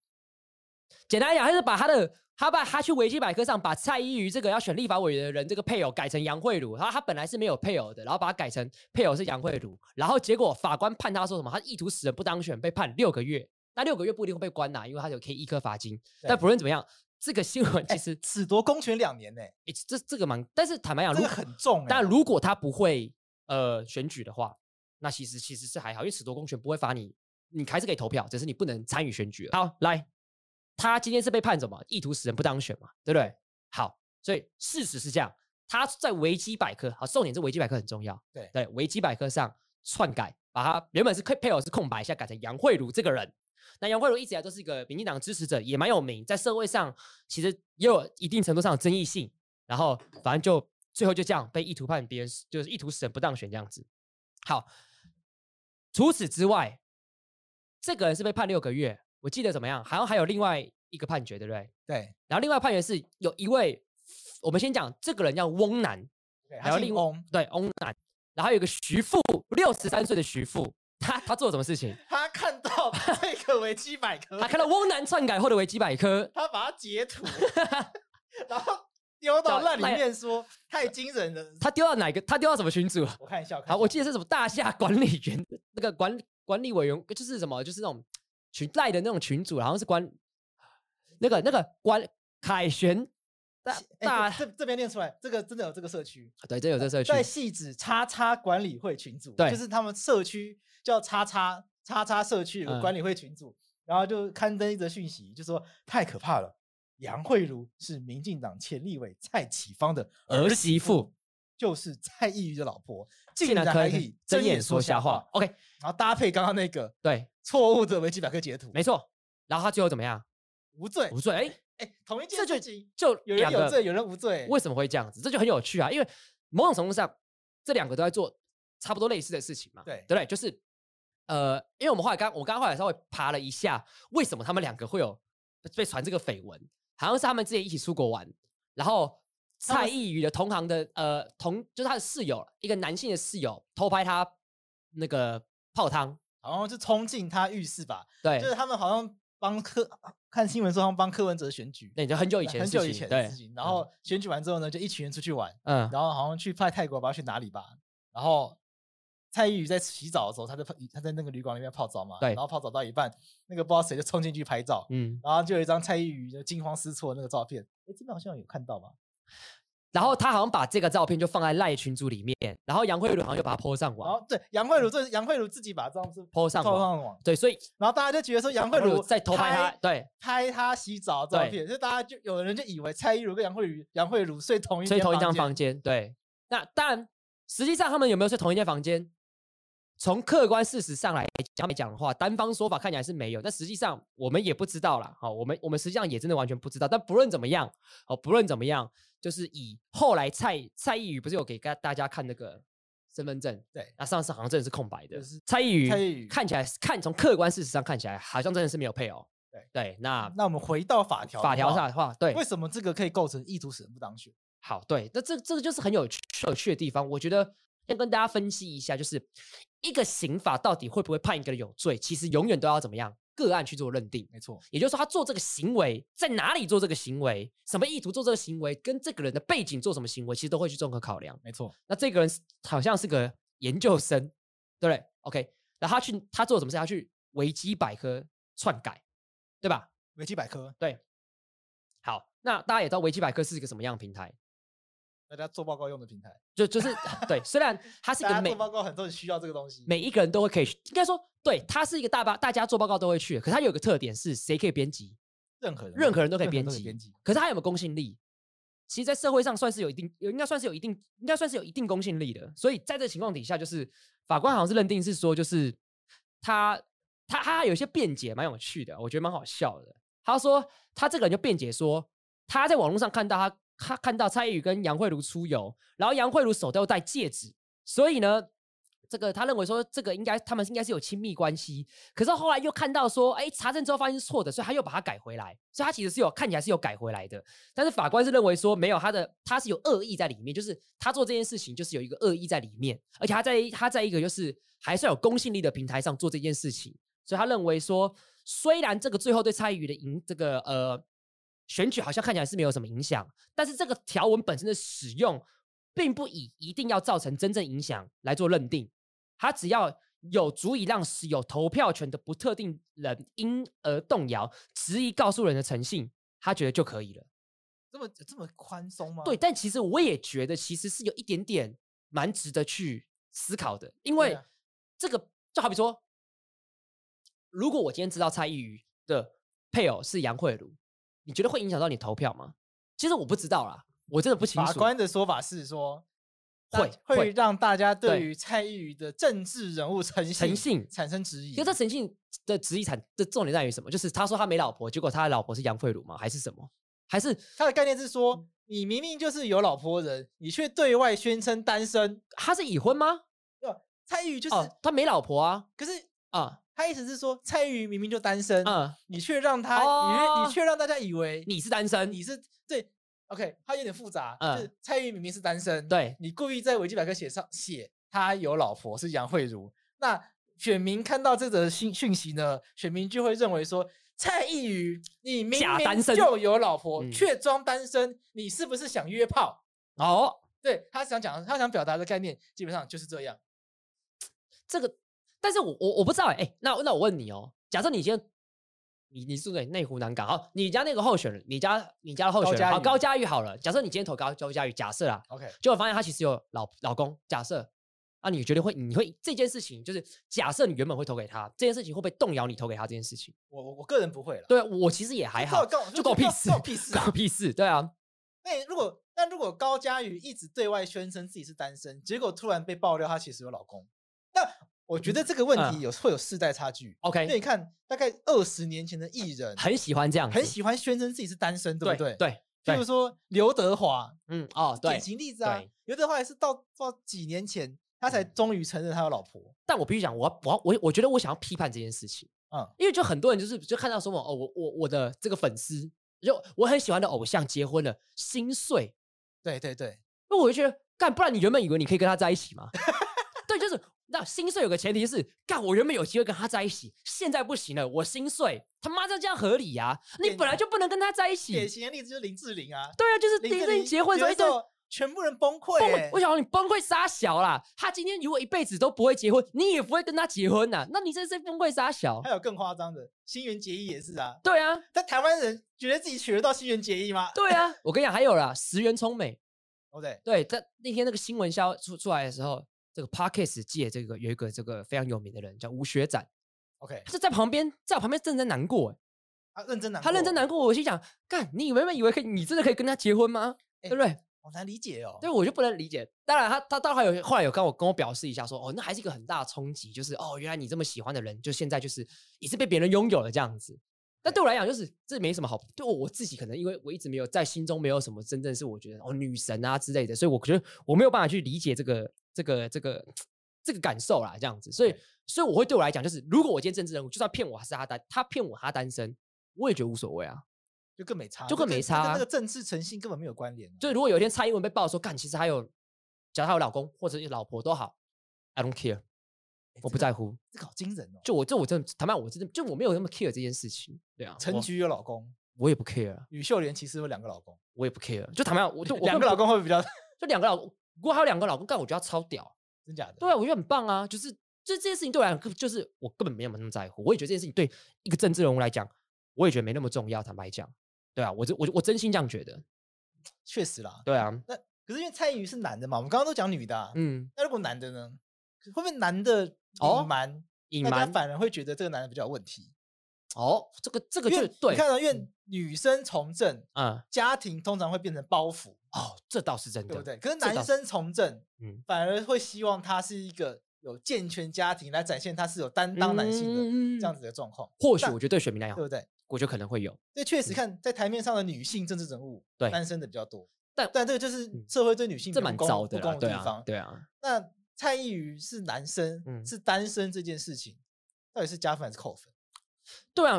Speaker 3: 简单来讲，他是把他的他把他去维基百科上把蔡依瑜这个要选立法委员的人这个配偶改成杨慧茹，然后他本来是没有配偶的，然后把他改成配偶是杨慧茹，然后结果法官判他说什么？他意图使人不当选，被判六个月。 那六个月不一定会被关呐、因为他有 K E 一颗罚金。
Speaker 2: 对
Speaker 3: 但不论怎么样， 这个新闻其实、
Speaker 2: 褫夺公权两年呢，
Speaker 3: 诶这这个蛮，但是坦白讲，
Speaker 2: 这
Speaker 3: 啊如
Speaker 2: 个很重欸。
Speaker 3: 但如果他不会呃选举的话，那其实其实是还好，因为褫夺公权不会罚你，你还是可以投票，只是你不能参与选举了。好，来他今天是被判什么？意图使人不当选嘛，对不对？好，所以事实是这样。他在维基百科，好，重点是维基百科很重要。
Speaker 2: 对
Speaker 3: 对，维基百科上篡改，把他原本是配配偶是空白，现在改成杨慧茹这个人。那杨慧茹一直以来都是一个民进党支持者，也蛮有名，在社会上其实也有一定程度上的争议性。然后反正就最后就这样被意图判别人是就是意图使人不当选这样子。好，除此之外，这个人是被判六个月，我记得怎么样？好像还有另外一个判决，对不对？
Speaker 2: 对，
Speaker 3: 然后另外判决是有一位，我们先讲这个人叫翁楠，
Speaker 2: 对
Speaker 3: 还有
Speaker 2: 他姓
Speaker 3: 另
Speaker 2: 翁，
Speaker 3: 对翁楠，然后还有一个徐父，六十三岁的徐父，他他做了什么事情？
Speaker 2: 他看 到这个维基百科
Speaker 3: 他，看到翁楠篡改后的维基百科，
Speaker 2: 他把它截 图，然后丢
Speaker 3: 叫
Speaker 2: 到烂里
Speaker 3: 赖
Speaker 2: 面说，太惊人了。
Speaker 3: 他丢到哪个？他丢到什么群组？
Speaker 2: 我看一下，
Speaker 3: 好，我记
Speaker 2: 得
Speaker 3: 得是什么大厦管理员那个管管理委员，就是什么，就是那种群赖的那种群主，好像是管那个那个管凯旋大大、
Speaker 2: 哎这这边念出来，这个真的有这个社区，
Speaker 3: 对，这有这社区
Speaker 2: 在戏子叉叉管理会群组，
Speaker 3: 对
Speaker 2: 就是他们社区叫叉叉叉叉社区有个
Speaker 3: 嗯
Speaker 2: 管理会群组，然后就刊登一则讯息，就说太可怕了，杨慧茹是民进党前立委蔡启芳的
Speaker 3: 儿媳妇，
Speaker 2: 就是蔡依瑜的老婆，
Speaker 3: 竟然可
Speaker 2: 还
Speaker 3: 以
Speaker 2: 以
Speaker 3: 睁
Speaker 2: 睁
Speaker 3: 眼说瞎话。。OK，
Speaker 2: 然后搭配刚刚那个
Speaker 3: 对，
Speaker 2: 错误的维基百科截图，
Speaker 3: 没错。然后他最后怎么样？
Speaker 2: 无罪
Speaker 3: 无。罪。哎，
Speaker 2: 哎，同一
Speaker 3: 这
Speaker 2: 件
Speaker 3: 就
Speaker 2: 事情，
Speaker 3: 就
Speaker 2: 有人
Speaker 3: 两
Speaker 2: 有
Speaker 3: 个
Speaker 2: 罪，有人无罪。
Speaker 3: 为什么会这样子？这就很有趣啊，因为某种程度上，这两个都在做差不多类似的事情嘛，
Speaker 2: 对
Speaker 3: 对不对？就是呃，因为我们后来刚我刚刚后来稍微爬了一下，为什么他们两个会有被传这个绯闻？好像是他们之前一起出国玩，然后
Speaker 2: 他们
Speaker 3: 蔡依宇的同行的呃同就是他的室友，一个男性的室友偷拍他那个泡汤，
Speaker 2: 好像就冲进他浴室吧，
Speaker 3: 对
Speaker 2: 就，是他们好像帮柯看新闻说他们帮柯文哲选举，
Speaker 3: 那你就很久以前的
Speaker 2: 很
Speaker 3: 事
Speaker 2: 久以
Speaker 3: 情
Speaker 2: 前
Speaker 3: 对
Speaker 2: 的事情。然后选举完之后呢，就一群人出去玩，
Speaker 3: 嗯
Speaker 2: 然后好像去派泰国吧，不知道去哪里吧。然后蔡依瑜在洗澡的时候，她在泡她在那个旅馆里面泡澡嘛，
Speaker 3: 对
Speaker 2: 然后泡澡到一半，那个不知道谁就冲进去拍照，
Speaker 3: 嗯，
Speaker 2: 然后就有一张蔡依瑜就惊慌失措的那个照片，哎，这边好像有看到吧？
Speaker 3: 然后他好像把这个照片就放在赖群组里面，然后杨慧伦好像就把它 po 上
Speaker 2: 然
Speaker 3: 网
Speaker 2: 后对杨慧茹，这杨慧茹自己把这张是
Speaker 3: ，po 嗯上
Speaker 2: 放
Speaker 3: 网，
Speaker 2: 上网，
Speaker 3: 对，所以
Speaker 2: 然后大家就觉得说杨慧茹
Speaker 3: 在偷拍他，对，
Speaker 2: 拍她洗澡的照
Speaker 3: 对
Speaker 2: 片，就大家就有人就以为蔡依茹跟杨慧茹杨慧茹睡同一
Speaker 3: 所以
Speaker 2: 间
Speaker 3: 同一张
Speaker 2: 间
Speaker 3: 房间，对。那当然，实际上他们有没有睡同一间房间？从客观事实上来讲来讲的话，单方说法看起来是没有，但实际上我们也不知道啦。好、我们我们实际上也真的完全不知道。但不论怎么样，哦，不论怎么样，就是以后来蔡蔡依宇不是有给大大家看那个身份证，
Speaker 2: 对
Speaker 3: 那上次好像真的是空白的，
Speaker 2: 就是
Speaker 3: 蔡依宇，
Speaker 2: 蔡依宇
Speaker 3: 看起来是看从客观事实上看起来好像真的是没有配偶，
Speaker 2: 对
Speaker 3: 对，那
Speaker 2: 那我们回到法条的话，
Speaker 3: 啊法条上的话，对，
Speaker 2: 为什么这个可以构成意图使人不当选？
Speaker 3: 好，对，那这这个就是很有趣有趣的地方，我觉得要跟大家分析一下，就是一个刑法到底会不会判一个人有罪，其实永远都要怎么样个案去做认定。
Speaker 2: 没错，
Speaker 3: 也就是说，他做这个行为在哪里做这个行为，什么意图做这个行为，跟这个人的背景做什么行为，其实都会去综合考量。
Speaker 2: 没错，
Speaker 3: 那这个人是好像是个研究生，对不对？OK，然后他去他做什么事？他去维基百科篡改，对吧？
Speaker 2: 维基百科
Speaker 3: 好，那大家也知道维基百科是一个什么样的平台，
Speaker 2: 大家做报告用的平台，
Speaker 3: 就就是 对，虽然它是一
Speaker 2: 大
Speaker 3: 个
Speaker 2: 家
Speaker 3: 美
Speaker 2: 做报告很多人需要这个东西。
Speaker 3: 每一个人都会可以去，应该说对，它是一个大巴，大家做报告都会去的。可是它有个特点是，谁可以编辑？
Speaker 2: 任何人
Speaker 3: 任何人都可以编
Speaker 2: 编
Speaker 3: 辑
Speaker 2: 编辑，
Speaker 3: 可是它有没有公信力？其实，在社会上算是有一定，有应该算是有一定，应该算是有一定公信力的。所以在这情况底下，就是法官好像是认定是说，就是他他他有一些辩解蛮有趣的，我觉得蛮好笑的。他说他这个人就辩解说，他在网络上看到他他看到蔡依宇跟杨慧茹出游，然后杨慧茹手都戴戒指，所以呢，这个他认为说这个应该他们应该是有亲密关系，可是后来又看到说，哎，查证之后发现是错的，所以他又把它改回来，所以他其实是有看起来是有改回来的，但是法官是认为说没有他的他是有恶意在里面，就是他做这件事情就是有一个恶意在里面，而且他在他在一个就是还算有公信力的平台上做这件事情，所以他认为说虽然这个最后对蔡依宇的赢这个呃选举好像看起来是没有什么影响，但是这个条文本身的使用，并不以一定要造成真正影响来做认定，它只要有足以让持有投票权的不特定人因而动摇、质疑告诉人的诚信，他觉得就可以了。
Speaker 2: 这么这么宽松吗？
Speaker 3: 对，，但其实我也觉得，其实是有一点点蛮值得去思考的，因
Speaker 2: 对
Speaker 3: 为
Speaker 2: 啊
Speaker 3: 这个就好比说，如果我今天知道蔡依瑜的配偶是杨慧茹，你觉得会影响到你投票吗？其实我不知道啦，我真的不清
Speaker 2: 法
Speaker 3: 楚。
Speaker 2: 官的说法是说，大
Speaker 3: 会
Speaker 2: 会
Speaker 3: 会
Speaker 2: 让大家对
Speaker 3: 对
Speaker 2: 于蔡依瑜的政治人物诚
Speaker 3: 诚信
Speaker 2: 产生质疑
Speaker 3: 因为。这诚信的质疑产的重点在于什么？就是他说他没老婆，结果他的老婆是杨慧茹吗？还是什么？还是
Speaker 2: 他的概念是说，
Speaker 3: 嗯
Speaker 2: 你明明就是有老婆的人，你却对外宣称单身。
Speaker 3: 他是已婚吗？
Speaker 2: 蔡依瑜就是，
Speaker 3: 哦，他没老婆啊
Speaker 2: 可是
Speaker 3: 啊
Speaker 2: 他意思是说，蔡依瑜明明就单身，
Speaker 3: 嗯，
Speaker 2: 你却让他，你
Speaker 3: 哦
Speaker 2: 你却让大家以为
Speaker 3: 你是单身，
Speaker 2: 你是对。OK，他有点复杂，
Speaker 3: 嗯
Speaker 2: 就是蔡依瑜明明是单身，
Speaker 3: 对
Speaker 2: 你故意在维基百科写上写他有老婆是杨慧茹，那选民看到这则讯讯息呢，选民就会认为说蔡依瑜你明
Speaker 3: 假单
Speaker 2: 明
Speaker 3: 身
Speaker 2: 就有老婆
Speaker 3: 嗯
Speaker 2: 却装单身，你是不是想约炮？
Speaker 3: 哦，
Speaker 2: 对他想讲他想表达的概念基本上就是这样，
Speaker 3: 这个，但是我我我不知道哎、欸那那我问你哦，假设你今天你你住在内湖南港，好，你家那个候选人，你家你家的候
Speaker 2: 高
Speaker 3: 选人，
Speaker 2: 嘉
Speaker 3: 好，
Speaker 2: 瑜
Speaker 3: 高嘉瑜好了，假设你今天投高高嘉瑜，假设啊啦，
Speaker 2: OK，
Speaker 3: 结果发现他其实有老老公，假设。啊，你觉得会？你会这件事情，就是假设你原本会投给他，这件事情会不会动摇你投给他这件事情？
Speaker 2: 我我我个人不会了，
Speaker 3: 对啊我其实也还好，
Speaker 2: 告
Speaker 3: 就关我屁事
Speaker 2: 告我 屁事
Speaker 3: 关
Speaker 2: 啊
Speaker 3: 我！屁事。对啊，
Speaker 2: 那如果但如果高佳宇一直对外宣称自己是单身，结果突然被爆料她其实有老公，那我觉得这个问
Speaker 3: 嗯
Speaker 2: 题有、会有世代差距。因为
Speaker 3: OK，
Speaker 2: 你看，大概二十年前的艺人
Speaker 3: 很喜欢这样子，
Speaker 2: 很喜欢宣称自己是单身，对不
Speaker 3: 对
Speaker 2: 对？
Speaker 3: 对，
Speaker 2: 譬如说刘德华，
Speaker 3: 嗯哦对
Speaker 2: 典。型例子啊
Speaker 3: 对。嗯
Speaker 2: 刘德华也是到到几年前，他才终于承认他有老婆。
Speaker 3: 但我必须讲，我要我要我我觉得我想要批判这件事情，嗯
Speaker 2: 嗯，
Speaker 3: 因为就很多人就是就看到说我哦，我我我的这个粉丝，就我很喜欢的偶像结婚了，心碎，
Speaker 2: 对对对，
Speaker 3: 那我就觉得干，不然你原本以为你可以跟他在一起吗？ 对，就是那心碎有个前提是干，我原本有机会跟他在一起，现在不行了，我心碎，他妈这样合理呀、你
Speaker 2: 典
Speaker 3: 本来就不能跟他在一起，
Speaker 2: 典型的例子就是林志玲啊，
Speaker 3: 对啊， 就是
Speaker 2: 林
Speaker 3: 林
Speaker 2: 志
Speaker 3: 志
Speaker 2: 玲
Speaker 3: 颖结婚的时候一堆
Speaker 2: 候，全部人崩溃
Speaker 3: 崩
Speaker 2: 欸
Speaker 3: 溃，我，想说你崩溃撒小啦。他今天如果一辈子都不会结婚，你也不会跟他结婚呐、那你这是崩溃撒小
Speaker 2: 还。有更夸张的，新垣结衣也是啊，
Speaker 3: 对啊，
Speaker 2: 但台湾人觉得自己娶得到新垣结衣吗？
Speaker 3: 对啊，我跟你讲，还有啦，石原聪美，
Speaker 2: 哦对，
Speaker 3: 对，在那天那个新闻消出出来的时候，这个 Parkes 界这个有一个这个非常有名的人叫吴学展，
Speaker 2: OK，
Speaker 3: 他就在旁边，在我旁边正在难过欸、
Speaker 2: 他认真难，哦
Speaker 3: 他认真难，过，我心想，干，你原本以为可以，你真的可以跟他结婚吗？
Speaker 2: 哎
Speaker 3: 对不对？
Speaker 2: 好难理解哦。
Speaker 3: 对，我就不能理解。当然他，他到后来有后来有跟我跟我表示一下说，哦，那还是一个很大的冲击，就是哦，原来你这么喜欢的人，就现在就是也是被别人拥有了这样子。那对我来讲，就是这没什么好。对我我自己，可能因为我一直没有在心中没有什么真正是我觉得哦女神啊之类的，所以我觉得我没有办法去理解这个这个这个这个感受啦，这样子。所以所以我会对我来讲，就是如果我今天政治人物就算骗我还是他单，他骗我他单身，我也觉得无所谓啊。
Speaker 2: 就更没差，
Speaker 3: 就
Speaker 2: 这
Speaker 3: 更没
Speaker 2: 跟这跟
Speaker 3: 差啊
Speaker 2: 那个政治诚信根本没有关联啊。
Speaker 3: 就如果有一天蔡英文被爆说，干，其实还有，假如她有老公或者有老婆都好，I don't care，
Speaker 2: 哎
Speaker 3: 我
Speaker 2: 这
Speaker 3: 不
Speaker 2: 个
Speaker 3: 在乎。
Speaker 2: 这个好惊人哦。
Speaker 3: 就我这我真的坦白，我真的就我没有那么 care 这件事情。对啊，
Speaker 2: 陈
Speaker 3: 我
Speaker 2: 菊有老公，
Speaker 3: 我也不 care，啊
Speaker 2: 吕秀莲其实有两个老公，
Speaker 3: 我也不 care。就坦啊白讲， 我就我
Speaker 2: 两
Speaker 3: 根
Speaker 2: 个
Speaker 3: 本
Speaker 2: 老公会不会比较
Speaker 3: 不就两个老公，如果还有两个老公，干我觉得他超屌。
Speaker 2: 真假的？
Speaker 3: 对啊，我觉得很棒啊，就是就这件事情对我来讲，就是我根本没有那么在乎。我也觉得这件事情对一个政治人物来讲，我也觉得没那么重要。坦白讲，对啊，我这我我真心这样觉得。
Speaker 2: 确实啦。
Speaker 3: 对啊，
Speaker 2: 那可是因为蔡依瑜是男的嘛，我们刚刚都讲女的啊，
Speaker 3: 嗯，
Speaker 2: 那如果男的呢？会不会男的
Speaker 3: 哦
Speaker 2: 隐瞒？
Speaker 3: 隐
Speaker 2: 大家
Speaker 3: 瞒
Speaker 2: 反而会觉得这个男的比较有问题，
Speaker 3: 哦，这个这个
Speaker 2: 因
Speaker 3: 就
Speaker 2: 为
Speaker 3: 对
Speaker 2: 你，看到，啊因为女生从政，
Speaker 3: 嗯。
Speaker 2: 家庭通常会变成包袱，
Speaker 3: 哦，这倒是真的，
Speaker 2: 对不对？可是
Speaker 3: 这倒
Speaker 2: 男生从政，
Speaker 3: 嗯，
Speaker 2: 反而会希望他是一个有健全家庭，来展现他是有担当男性的、
Speaker 3: 嗯
Speaker 2: 这样子的状况，
Speaker 3: 或许
Speaker 2: 但
Speaker 3: 我觉得对选民来
Speaker 2: 对
Speaker 3: 讲，
Speaker 2: 不对？
Speaker 3: 我觉得可能会有。
Speaker 2: 这确实看在台面上的女性政治人
Speaker 3: 嗯
Speaker 2: 物，
Speaker 3: 对
Speaker 2: 单身的比较多，
Speaker 3: 但
Speaker 2: 但这个就是
Speaker 3: 嗯
Speaker 2: 社会对女性
Speaker 3: 这
Speaker 2: 不
Speaker 3: 蛮
Speaker 2: 公
Speaker 3: 糟的
Speaker 2: 不
Speaker 3: 啦，
Speaker 2: 公的
Speaker 3: 对
Speaker 2: 地
Speaker 3: 啊
Speaker 2: 方，。
Speaker 3: 对啊，
Speaker 2: 那蔡依瑜是男生，
Speaker 3: 嗯
Speaker 2: 是单身这件事情，到底是加分还是扣分？
Speaker 3: 对啊，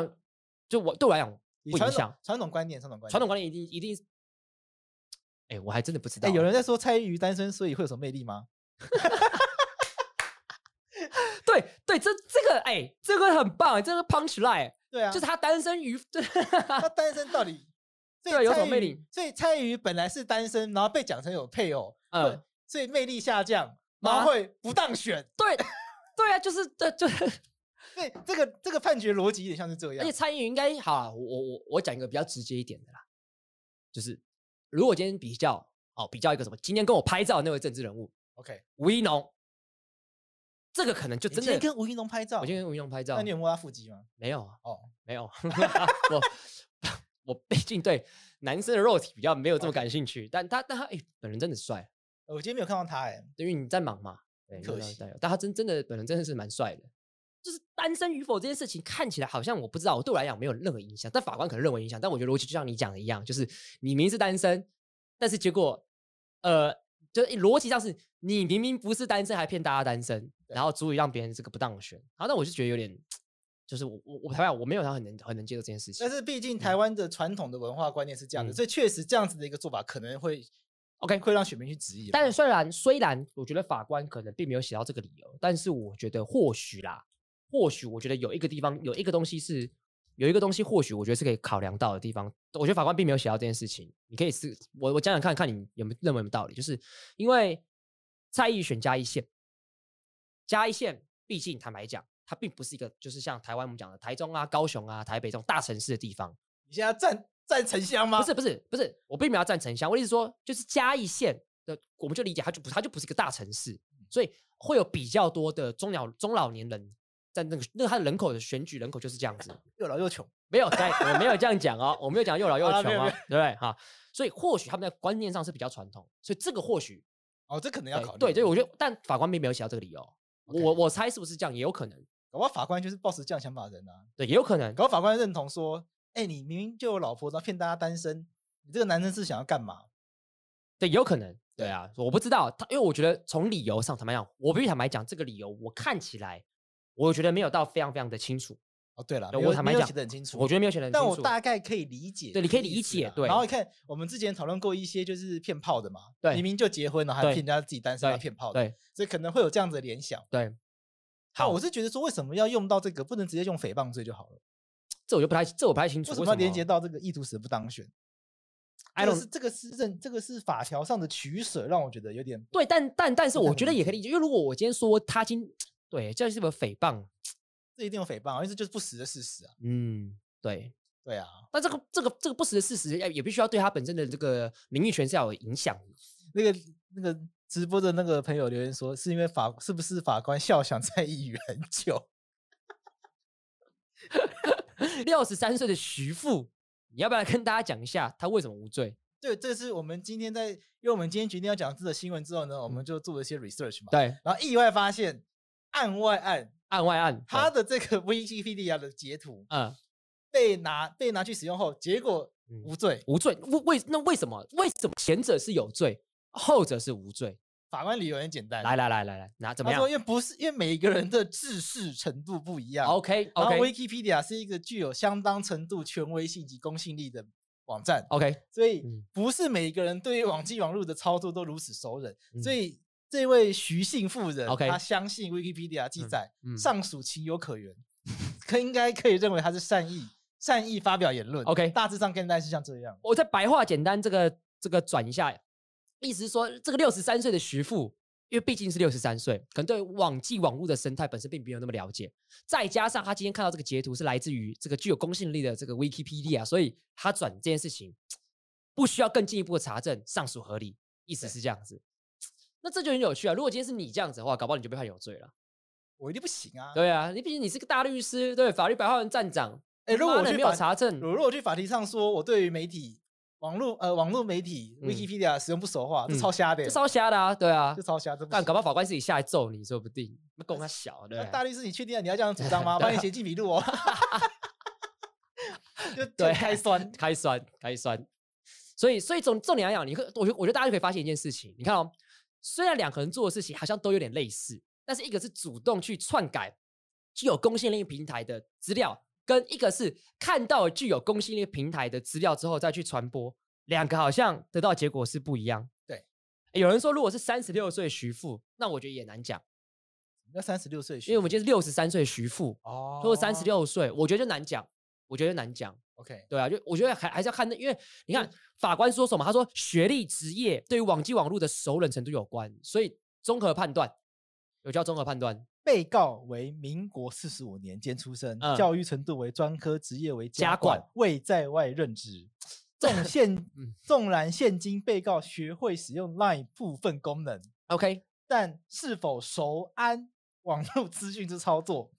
Speaker 3: 就我对我来讲
Speaker 2: 以
Speaker 3: 不
Speaker 2: 传
Speaker 3: 影
Speaker 2: 统
Speaker 3: 响，
Speaker 2: 传统观念，传统观念，
Speaker 3: 传统观念一定一定是。哎，我还真的不知道
Speaker 2: 哎、
Speaker 3: 欸，
Speaker 2: 有人在说蔡依瑜单身，所以会有什么魅力吗？
Speaker 3: 对对，这这个哎，这个很棒，这个 punch line
Speaker 2: 对啊，
Speaker 3: 就是他单身 于，对
Speaker 2: 他单身 到底所以
Speaker 3: 对有什么
Speaker 2: 蔡
Speaker 3: 魅
Speaker 2: 依
Speaker 3: 力
Speaker 2: 瑜？所以蔡依瑜本来是单身，然后被讲成有配偶，
Speaker 3: 嗯啊
Speaker 2: 嗯，所以魅力下降，然
Speaker 3: 吗
Speaker 2: 后会不当选。
Speaker 3: 对对啊，就是对就是，
Speaker 2: 对，这个这个判决逻辑有点像是这
Speaker 3: 而
Speaker 2: 样
Speaker 3: 且。蔡依林应该好啊，我我我我讲一个比较直接一点的啦，就是如果今天比较哦，比较一个什么，今天跟我拍照的那位政治人物
Speaker 2: OK，
Speaker 3: 吴一农，这个可能就
Speaker 2: 你今
Speaker 3: 真
Speaker 2: 天
Speaker 3: 的。
Speaker 2: 跟吴一农拍照，
Speaker 3: 我今天跟吴一农拍照
Speaker 2: 那你，有摸他腹肌吗？
Speaker 3: 没有啊
Speaker 2: 哦，
Speaker 3: 没有，我我毕竟对男生的肉体比较没有这么感兴趣，但他但他哎、本人真的帅，
Speaker 2: 呃我今天没有看到他哎，
Speaker 3: 因为你在忙嘛，对，
Speaker 2: 可
Speaker 3: 可
Speaker 2: 惜
Speaker 3: 惜，但他真真的本人真的是蛮帅的。就是单身与否这件事情，看起来好像我不知道，我对我来讲没有任何影响，但法官可能认为影响。但我觉得逻辑就像你讲的一样，就是你明明是单身，但是结果，呃，就是逻辑上是你明明不是单身，还骗大家单身，然后足以让别人这个不当选。好，那我就觉得有点，就是我我我台湾我没有他很能很能接受这件事情
Speaker 2: 但。是毕竟台湾的传统的文化观念是这样的，
Speaker 3: 嗯
Speaker 2: 所以确实这样子的一个做法可能会
Speaker 3: OK
Speaker 2: 会让选民去质疑啊。
Speaker 3: 但是虽然虽然我觉得法官可能并没有写到这个理由，但是我觉得或许啦，或许我觉得有一个地方有一个东西是有一个东西，或许我觉得是可以考量到的地方。我觉得法官并没有写到这件事情，你可以是我我讲讲看看你有没有认为有没有道理，就是因为蔡议选加一线，加一线毕竟坦白讲，它并不是一个就是像台湾我们讲的台中啊、高雄啊、台北这种大城市的地方。
Speaker 2: 你现在要站站城乡吗？
Speaker 3: 不是不是不是，我并没有要站城乡，我的意思说就是嘉义县的，我们就理解它就不它就不是一个大城市，
Speaker 2: 嗯
Speaker 3: 所以会有比较多的中老中老年人在那个那它的人口的选举人口就是这样子，
Speaker 2: 又老又穷，
Speaker 3: 没有在我没有这样讲哦，我没有讲又老又
Speaker 2: 好啦
Speaker 3: 穷
Speaker 2: 没有
Speaker 3: 哦
Speaker 2: 没有，
Speaker 3: 对不对哈？所以或许他们在观念上是比较传统，所以这个或许
Speaker 2: 哦，这可能要
Speaker 3: 对
Speaker 2: 考虑。
Speaker 3: 哎对对，我觉得但法官并没有写到这个理由，我我猜是不是这样也有可能，
Speaker 2: 搞不好法官就是抱持这样想法的人啊，
Speaker 3: 对也有可能，
Speaker 2: 搞不好法官认同说，哎，你明明就有老婆，然后骗大家单身，你这个男生是想要干嘛？
Speaker 3: 对，有可能。对
Speaker 2: 对
Speaker 3: 啊，我不知道他，因为我觉得从理由上，坦白讲，我必须坦白讲，这个理由我看起来，我觉得没有到非常非常的清楚，
Speaker 2: 哦，对了，
Speaker 3: 对
Speaker 2: 没有
Speaker 3: 我坦白
Speaker 2: 没有
Speaker 3: 讲
Speaker 2: 写的很清楚，
Speaker 3: 我觉得没有写的很
Speaker 2: 但
Speaker 3: 清
Speaker 2: 我
Speaker 3: 楚。
Speaker 2: 大概可以理解，
Speaker 3: 对你可以理解对
Speaker 2: 然后你看，我们之前讨论过一些就是骗炮的嘛，
Speaker 3: 对
Speaker 2: 明明就结婚了，还
Speaker 3: 对
Speaker 2: 骗人家自己单身，还
Speaker 3: 对
Speaker 2: 骗炮的，
Speaker 3: 对
Speaker 2: 所以可能会有这样子的联想。
Speaker 3: 对，
Speaker 2: 但
Speaker 3: 好，
Speaker 2: 我是觉得说，为什么要用到这个？不能直接用诽谤罪就好了？
Speaker 3: 这我就不太，这我不太清楚
Speaker 2: 为
Speaker 3: 为
Speaker 2: 什
Speaker 3: 什
Speaker 2: 么
Speaker 3: 么
Speaker 2: 要连接到这个意图使不当选？
Speaker 3: ？I
Speaker 2: 这个
Speaker 3: don't
Speaker 2: 是这个是认这个是法条上的取舍，让我觉得有点
Speaker 3: 对，但但但是
Speaker 2: 不太
Speaker 3: 我
Speaker 2: 能
Speaker 3: 觉得
Speaker 2: 理
Speaker 3: 也可以理解，因为如果我今天说他今对，这样是不是诽谤？
Speaker 2: 这一定有诽谤，而且就是不实的事实啊。
Speaker 3: 嗯，对。
Speaker 2: 对啊，
Speaker 3: 但这个这个这个不实的事实，要也必须要对他本身的这个名誉权是要有影响的。
Speaker 2: 那个那个直播的那个朋友留言说，是因为法是不是法官笑想在议员很久？
Speaker 3: 六十三岁的 徐父，你要不要跟大家讲一下他为什么无罪？
Speaker 2: 对，这是我们今天在，因为我们今天决定要讲这个新闻之后呢，我
Speaker 3: 嗯
Speaker 2: 们就做了一些 research 嘛，
Speaker 3: 对，
Speaker 2: 然后意外发现案外案
Speaker 3: 案外案，
Speaker 2: 他的这个 Wikipedia 的截图
Speaker 3: 嗯
Speaker 2: 被拿被拿去使用后，结果
Speaker 3: 嗯
Speaker 2: 无罪，
Speaker 3: 无罪，为为那为什么为什么前者是有罪，后者是无罪？
Speaker 2: 法官理由很简单，
Speaker 3: 来来来来来，拿怎么
Speaker 2: 他
Speaker 3: 样
Speaker 2: 说因为不是因为每个人的知识程度不一样
Speaker 3: ？OK
Speaker 2: 然后
Speaker 3: OK
Speaker 2: Wikipedia 是一个具有相当程度权威性及公信力的网站，
Speaker 3: OK，
Speaker 2: 所以
Speaker 3: 嗯
Speaker 2: 不是每个人对于网际网络的操作都如此熟人，所
Speaker 3: 嗯
Speaker 2: 以这位徐姓妇人
Speaker 3: OK
Speaker 2: 他相信 Wikipedia 记载、
Speaker 3: 嗯
Speaker 2: 上属情有可原，可应该可以认为他是善意善意发表言论。
Speaker 3: OK
Speaker 2: 大致上跟大概是像这样。
Speaker 3: 我再白话简单这个这个转一下，意思是说这个六十三岁的徐父。因为毕竟是六十三岁，可能对网际网络的生态本身并没有那么了解，再加上他今天看到这个截图是来自于这个具有公信力的这个 Wikipedia，所以他转这件事情不需要更进一步的查证，尚属合理，意思
Speaker 2: 对
Speaker 3: 是这样子。那这就很有趣啊！如果今天是你这样子的话，搞不好你就被判有罪了。
Speaker 2: 我一定不行啊！
Speaker 3: 对啊，你毕竟你是个大律师，对法律白话文站长，
Speaker 2: 哎，如果
Speaker 3: 妈
Speaker 2: 我
Speaker 3: 的
Speaker 2: 去
Speaker 3: 没有
Speaker 2: 法，
Speaker 3: 查证，
Speaker 2: 我如果去法庭上说我对于媒体网络呃网络媒体
Speaker 3: 嗯
Speaker 2: Wikipedia 使用不熟话，这
Speaker 3: 嗯
Speaker 2: 超瞎的
Speaker 3: 这
Speaker 2: 欸，
Speaker 3: 烧瞎的啊，对啊
Speaker 2: 这，超瞎，这不
Speaker 3: 但
Speaker 2: 行
Speaker 3: 搞。不好法官自己下来揍你，说不定那供他小，对 啊
Speaker 2: 那
Speaker 3: 不
Speaker 2: 大
Speaker 3: 对？
Speaker 2: 律师，你确定你要这样主 张吗？帮你写进笔录哦。 就就
Speaker 3: 对
Speaker 2: 开酸，
Speaker 3: 开酸，开酸。所以，所以总重点来讲，你可，我觉得，我觉得大家就可以发现一件事情，你看哦，虽然两个人做的事情好像都有点类似，但是一个是主动去篡改具有公信力平台的资料，跟一个是看到具有公信力平台的资料之后再去传播，两个好像得到的结果是不一样。
Speaker 2: 对
Speaker 3: 诶，有人说如果是三十六岁徐父，那我觉得也难讲，
Speaker 2: 要三十六岁学，
Speaker 3: 因为我们今天是六十三岁徐父，
Speaker 2: 哦
Speaker 3: 如果三十六岁，我觉得就难讲，我觉得就难讲。
Speaker 2: 哦，OK，
Speaker 3: 对啊，就我觉得还还是要看那，因为你看法官说什么，他说学历、职业对于网际网络的熟人程度有关，所以综合判断，有叫综合判断，
Speaker 2: 被告为民国四十五年间出生，
Speaker 3: 嗯
Speaker 2: 教育程度为专科，职业为家
Speaker 3: 家
Speaker 2: 管，
Speaker 3: 管
Speaker 2: 未在外任职。纵现
Speaker 3: 嗯
Speaker 2: 纵然现今被告学会使用 LINE 部分功能，
Speaker 3: OK，
Speaker 2: 但是否熟谙网络资讯之操作，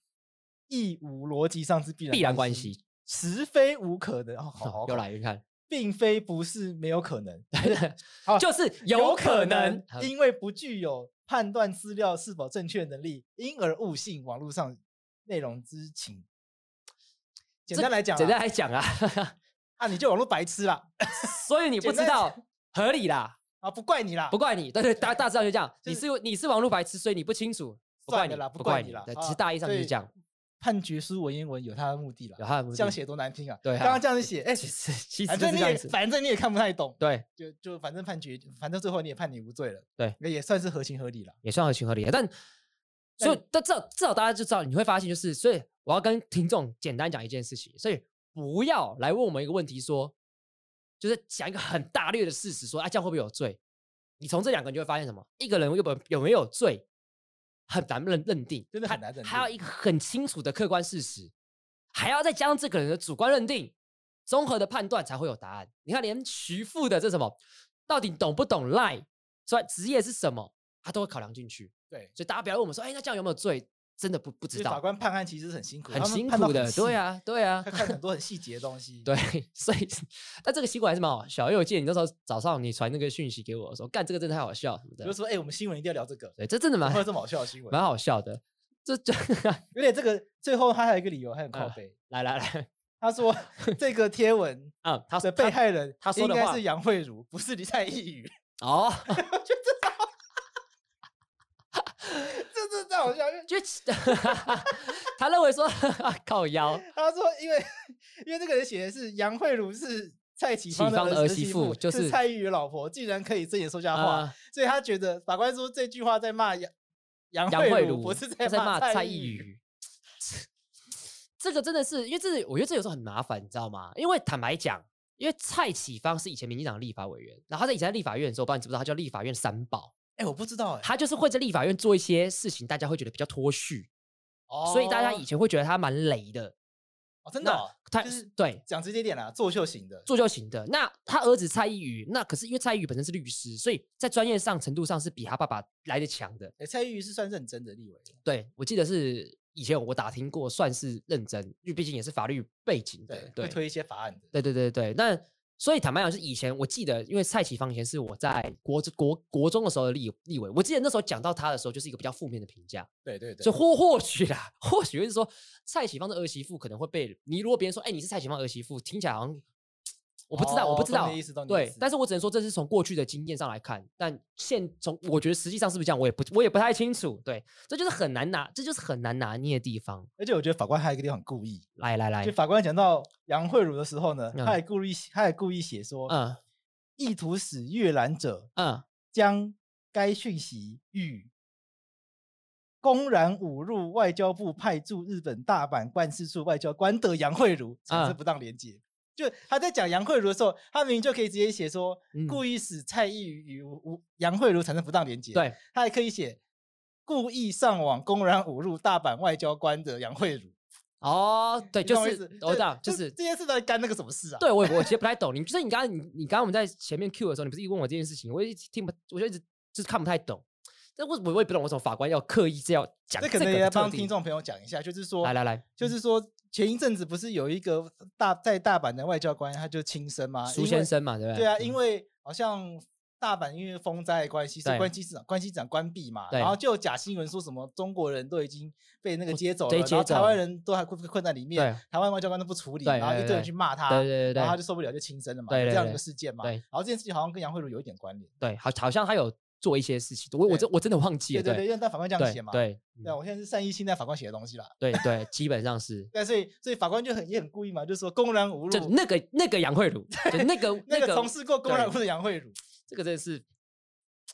Speaker 2: 亦无逻辑上之必然
Speaker 3: 必然关，系。
Speaker 2: 实非无可能。哦， 好好
Speaker 3: 好，又
Speaker 2: 搞
Speaker 3: 来又看，
Speaker 2: 并非不是没有 可能，哦
Speaker 3: 好就是有可能。好
Speaker 2: 因为不具有判断资料是否正确的能力，因而误信网络上内容之情。简
Speaker 3: 这
Speaker 2: 单来讲啊，
Speaker 3: 简单来讲啊，
Speaker 2: 啊，你就网络白痴啦，
Speaker 3: 所以你不
Speaker 2: 简
Speaker 3: 知
Speaker 2: 单
Speaker 3: 道合理啦，
Speaker 2: 啊，不怪你啦，
Speaker 3: 不怪你。但是大大致上就这样，你
Speaker 2: 就是
Speaker 3: 是你是网络白痴，所以你不清楚，不怪
Speaker 2: 算
Speaker 3: 你
Speaker 2: 了啦，不
Speaker 3: 怪
Speaker 2: 怪你啦
Speaker 3: 对
Speaker 2: 啊
Speaker 3: 其实大意上就是
Speaker 2: 所以
Speaker 3: 这样，
Speaker 2: 判决书文言文有它的目的啦
Speaker 3: 有，他的目的
Speaker 2: 这样，写多难听啊！
Speaker 3: 对啊
Speaker 2: 刚刚这样子写，哎，
Speaker 3: 其实 其实
Speaker 2: 反
Speaker 3: 就
Speaker 2: 正
Speaker 3: 是
Speaker 2: 你
Speaker 3: 这样
Speaker 2: 也
Speaker 3: 子。
Speaker 2: 反正你也看不太懂，
Speaker 3: 对，
Speaker 2: 就就反正判决，反正最后你也判你无罪了，
Speaker 3: 对，
Speaker 2: 也算是合情合理了。
Speaker 3: 也算合情合理的。但
Speaker 2: 那
Speaker 3: 所以
Speaker 2: 你，
Speaker 3: 但至少至少大家就知道，你会发现就是，所以我要跟听众简单讲一件事情，所以不要来问我们一个问题说就是讲一个很大略的事实说，啊，这样会不会有罪？你从这两个你就会发现什么？一个人有本有没有罪，很难认认定，
Speaker 2: 真的
Speaker 3: 还
Speaker 2: 很难认
Speaker 3: 还要一个很清楚的客观事实，还要再加上这个人的主观认定，综合的判断才会有答案。你看，连徐富的这什么，到底懂不懂赖，专职业是什么，他都会考量进去。
Speaker 2: 对，
Speaker 3: 所以大家不要问我们说，哎，那这样有没有罪？真的不不
Speaker 2: 就
Speaker 3: 知
Speaker 2: 是法
Speaker 3: 道，
Speaker 2: 官判案其实很辛苦，
Speaker 3: 很
Speaker 2: 他们
Speaker 3: 辛
Speaker 2: 判到
Speaker 3: 苦的，
Speaker 2: 很细
Speaker 3: 对，啊，对啊
Speaker 2: 他，看很多很细节的东西。
Speaker 3: 对，所以但这个习惯还是蛮好笑，因为我记得你那时候早上你传那个讯息给我说，干这个真的太好笑什么
Speaker 2: 比如
Speaker 3: 的，
Speaker 2: 说，哎、我们新闻一定要聊这个，
Speaker 3: 对，这真的蛮
Speaker 2: 会有这么好笑的新闻
Speaker 3: 蛮？好笑的，这这
Speaker 2: 而且这个最后他还有一个理由，还很靠
Speaker 3: 啊
Speaker 2: 背。
Speaker 3: 来来来，
Speaker 2: 他 说这个贴文
Speaker 3: 啊、嗯，他
Speaker 2: 的
Speaker 3: 是
Speaker 2: 被害人
Speaker 3: 他说
Speaker 2: 应
Speaker 3: 的
Speaker 2: 该
Speaker 3: 话
Speaker 2: 是杨慧茹，不是李蔡一宇。
Speaker 3: 哦，
Speaker 2: 这这太好笑，因为
Speaker 3: 就 他认为说 靠腰，
Speaker 2: 他说因为因为这个人写的是杨慧茹是蔡启
Speaker 3: 启
Speaker 2: 芳
Speaker 3: 芳的
Speaker 2: 儿
Speaker 3: 儿
Speaker 2: 子
Speaker 3: 媳
Speaker 2: 媳
Speaker 3: 妇就是是
Speaker 2: 蔡依宇的老婆，竟然可以睁眼说瞎话，
Speaker 3: 啊
Speaker 2: 所以他觉得法官说这句话在骂杨杨
Speaker 3: 杨慧
Speaker 2: 茹，
Speaker 3: 茹
Speaker 2: 不是
Speaker 3: 她在
Speaker 2: 骂
Speaker 3: 骂蔡
Speaker 2: 依
Speaker 3: 依
Speaker 2: 宇。
Speaker 3: 宇。这个真的是，因为这我觉得这有时候很麻烦，你知道吗？因为坦白讲，因为蔡启芳是以前民进党立法委员，然后他在以前在立法院的时候，我不知道你知不知道，他叫立法院三宝，
Speaker 2: 哎、我不知道哎、
Speaker 3: 他就是会在立法院做一些事情，大家会觉得比较脱序，
Speaker 2: 哦
Speaker 3: 所以大家以前会觉得他蛮雷的。
Speaker 2: 哦真的
Speaker 3: 那
Speaker 2: 哦
Speaker 3: 他、
Speaker 2: 就是
Speaker 3: 对
Speaker 2: 讲直接点啦、作秀型的，
Speaker 3: 做就行的。那他儿子蔡依宇，那可是因为蔡依宇本身是律师，所以在专业上程度上是比他爸爸来的强的。
Speaker 2: 哎、蔡依宇是算认真的立委，
Speaker 3: 对我记得是以前我打听过，算是认真，因为毕竟也是法律背景的
Speaker 2: 对，，
Speaker 3: 对
Speaker 2: 会推一些法案的。
Speaker 3: 对对对对，那所以坦白讲，就是以前我记得，因为蔡启芳以前是我在国国国中的时候的立立委，我记得那时候讲到他的时候，就是一个比较负面的评价，
Speaker 2: 对对对，
Speaker 3: 所以或或许啦，或许会是说蔡启芳的儿媳妇可能会被你，如果别人说，哎、你是蔡启芳儿媳妇，听起来好像我不知道，我
Speaker 2: 哦
Speaker 3: 不知
Speaker 2: 懂你
Speaker 3: 道
Speaker 2: 的意思懂，你的意
Speaker 3: 对
Speaker 2: 思，
Speaker 3: 但是我只能说这是从过去的经验上来看，但现从我觉得实际上是不是这样，我也不我也不太清楚，对，这就是很难拿，这就是很难拿捏的地方。
Speaker 2: 而且我觉得法官还有一个地方很故意，
Speaker 3: 来来来
Speaker 2: 就，法官讲到杨慧茹的时候呢，他
Speaker 3: 哎嗯
Speaker 2: 还故意写他还故意写说，
Speaker 3: 嗯
Speaker 2: 意图使阅览者
Speaker 3: 嗯，
Speaker 2: 将该讯息与公然侮辱外交部派驻日本大阪办事处外交官的杨慧茹产生
Speaker 3: 嗯
Speaker 2: 不当连结。就他在讲杨慧茹的时候，他明明就可以直接写说
Speaker 3: 嗯
Speaker 2: 故意使蔡意与吴吴杨慧茹产生不当连结，
Speaker 3: 对，
Speaker 2: 他还可以写故意上网公然侮辱大阪外交官的杨慧茹。
Speaker 3: 哦，对，
Speaker 2: 你
Speaker 3: 就
Speaker 2: 懂我意
Speaker 3: 是
Speaker 2: 思
Speaker 3: 我知道，就是
Speaker 2: 这件事到底干那个什么事啊？
Speaker 3: 对我也不 我其实不太懂。你就是你刚刚你你刚刚我们在前面 Q 的时候，你不是一直问我这件事情，我一直听不，我就一直就是看不太懂。但我我也不懂为什么法官要刻意这样讲
Speaker 2: 这
Speaker 3: 这
Speaker 2: 可
Speaker 3: 个
Speaker 2: 能也要
Speaker 3: 的
Speaker 2: 帮
Speaker 3: 特
Speaker 2: 听
Speaker 3: 定。
Speaker 2: 众朋友讲一下，就是说，
Speaker 3: 来来来，
Speaker 2: 就是说前一阵子不是有一个大在大阪的外交官，他就轻生吗？
Speaker 3: 苏
Speaker 2: 啊因为
Speaker 3: 先，生嘛，对不对？
Speaker 2: 对啊，
Speaker 3: 嗯
Speaker 2: 因为好像大阪因为风灾的关系，所以
Speaker 3: 对
Speaker 2: 关机市长关机市长关闭嘛，
Speaker 3: 对
Speaker 2: 然后就有假新闻说什么中国人都已经被那个接走了，
Speaker 3: 被
Speaker 2: 然
Speaker 3: 接
Speaker 2: 后台湾
Speaker 3: 走
Speaker 2: 人都还困困在里面
Speaker 3: 对，
Speaker 2: 台湾外交官都不处理，
Speaker 3: 对
Speaker 2: 然后一
Speaker 3: 对
Speaker 2: 堆人
Speaker 3: 对
Speaker 2: 去骂他，
Speaker 3: 对对对
Speaker 2: 然后他
Speaker 3: 对
Speaker 2: 就受不了就轻生了嘛，
Speaker 3: 对
Speaker 2: 有
Speaker 3: 对
Speaker 2: 这样一
Speaker 3: 对
Speaker 2: 个事件嘛，
Speaker 3: 对
Speaker 2: 然后这件事情好像跟杨慧茹有一点关联，
Speaker 3: 对，好，好像他有做一些事情，我我真我真的忘记
Speaker 2: 对
Speaker 3: 了，
Speaker 2: 对对，
Speaker 3: 对
Speaker 2: 因为但法官这样写嘛，
Speaker 3: 对
Speaker 2: 对啊，我现在是善意信赖法官写的东西啦。
Speaker 3: 对对，基本上 是。
Speaker 2: 对，所以所以法官就很也很故意嘛，就说公然侮
Speaker 3: 就
Speaker 2: 辱
Speaker 3: 那个那个杨慧茹，就那个
Speaker 2: 那
Speaker 3: 个
Speaker 2: 个从事过公然侮辱的杨慧茹。
Speaker 3: 这个真的是，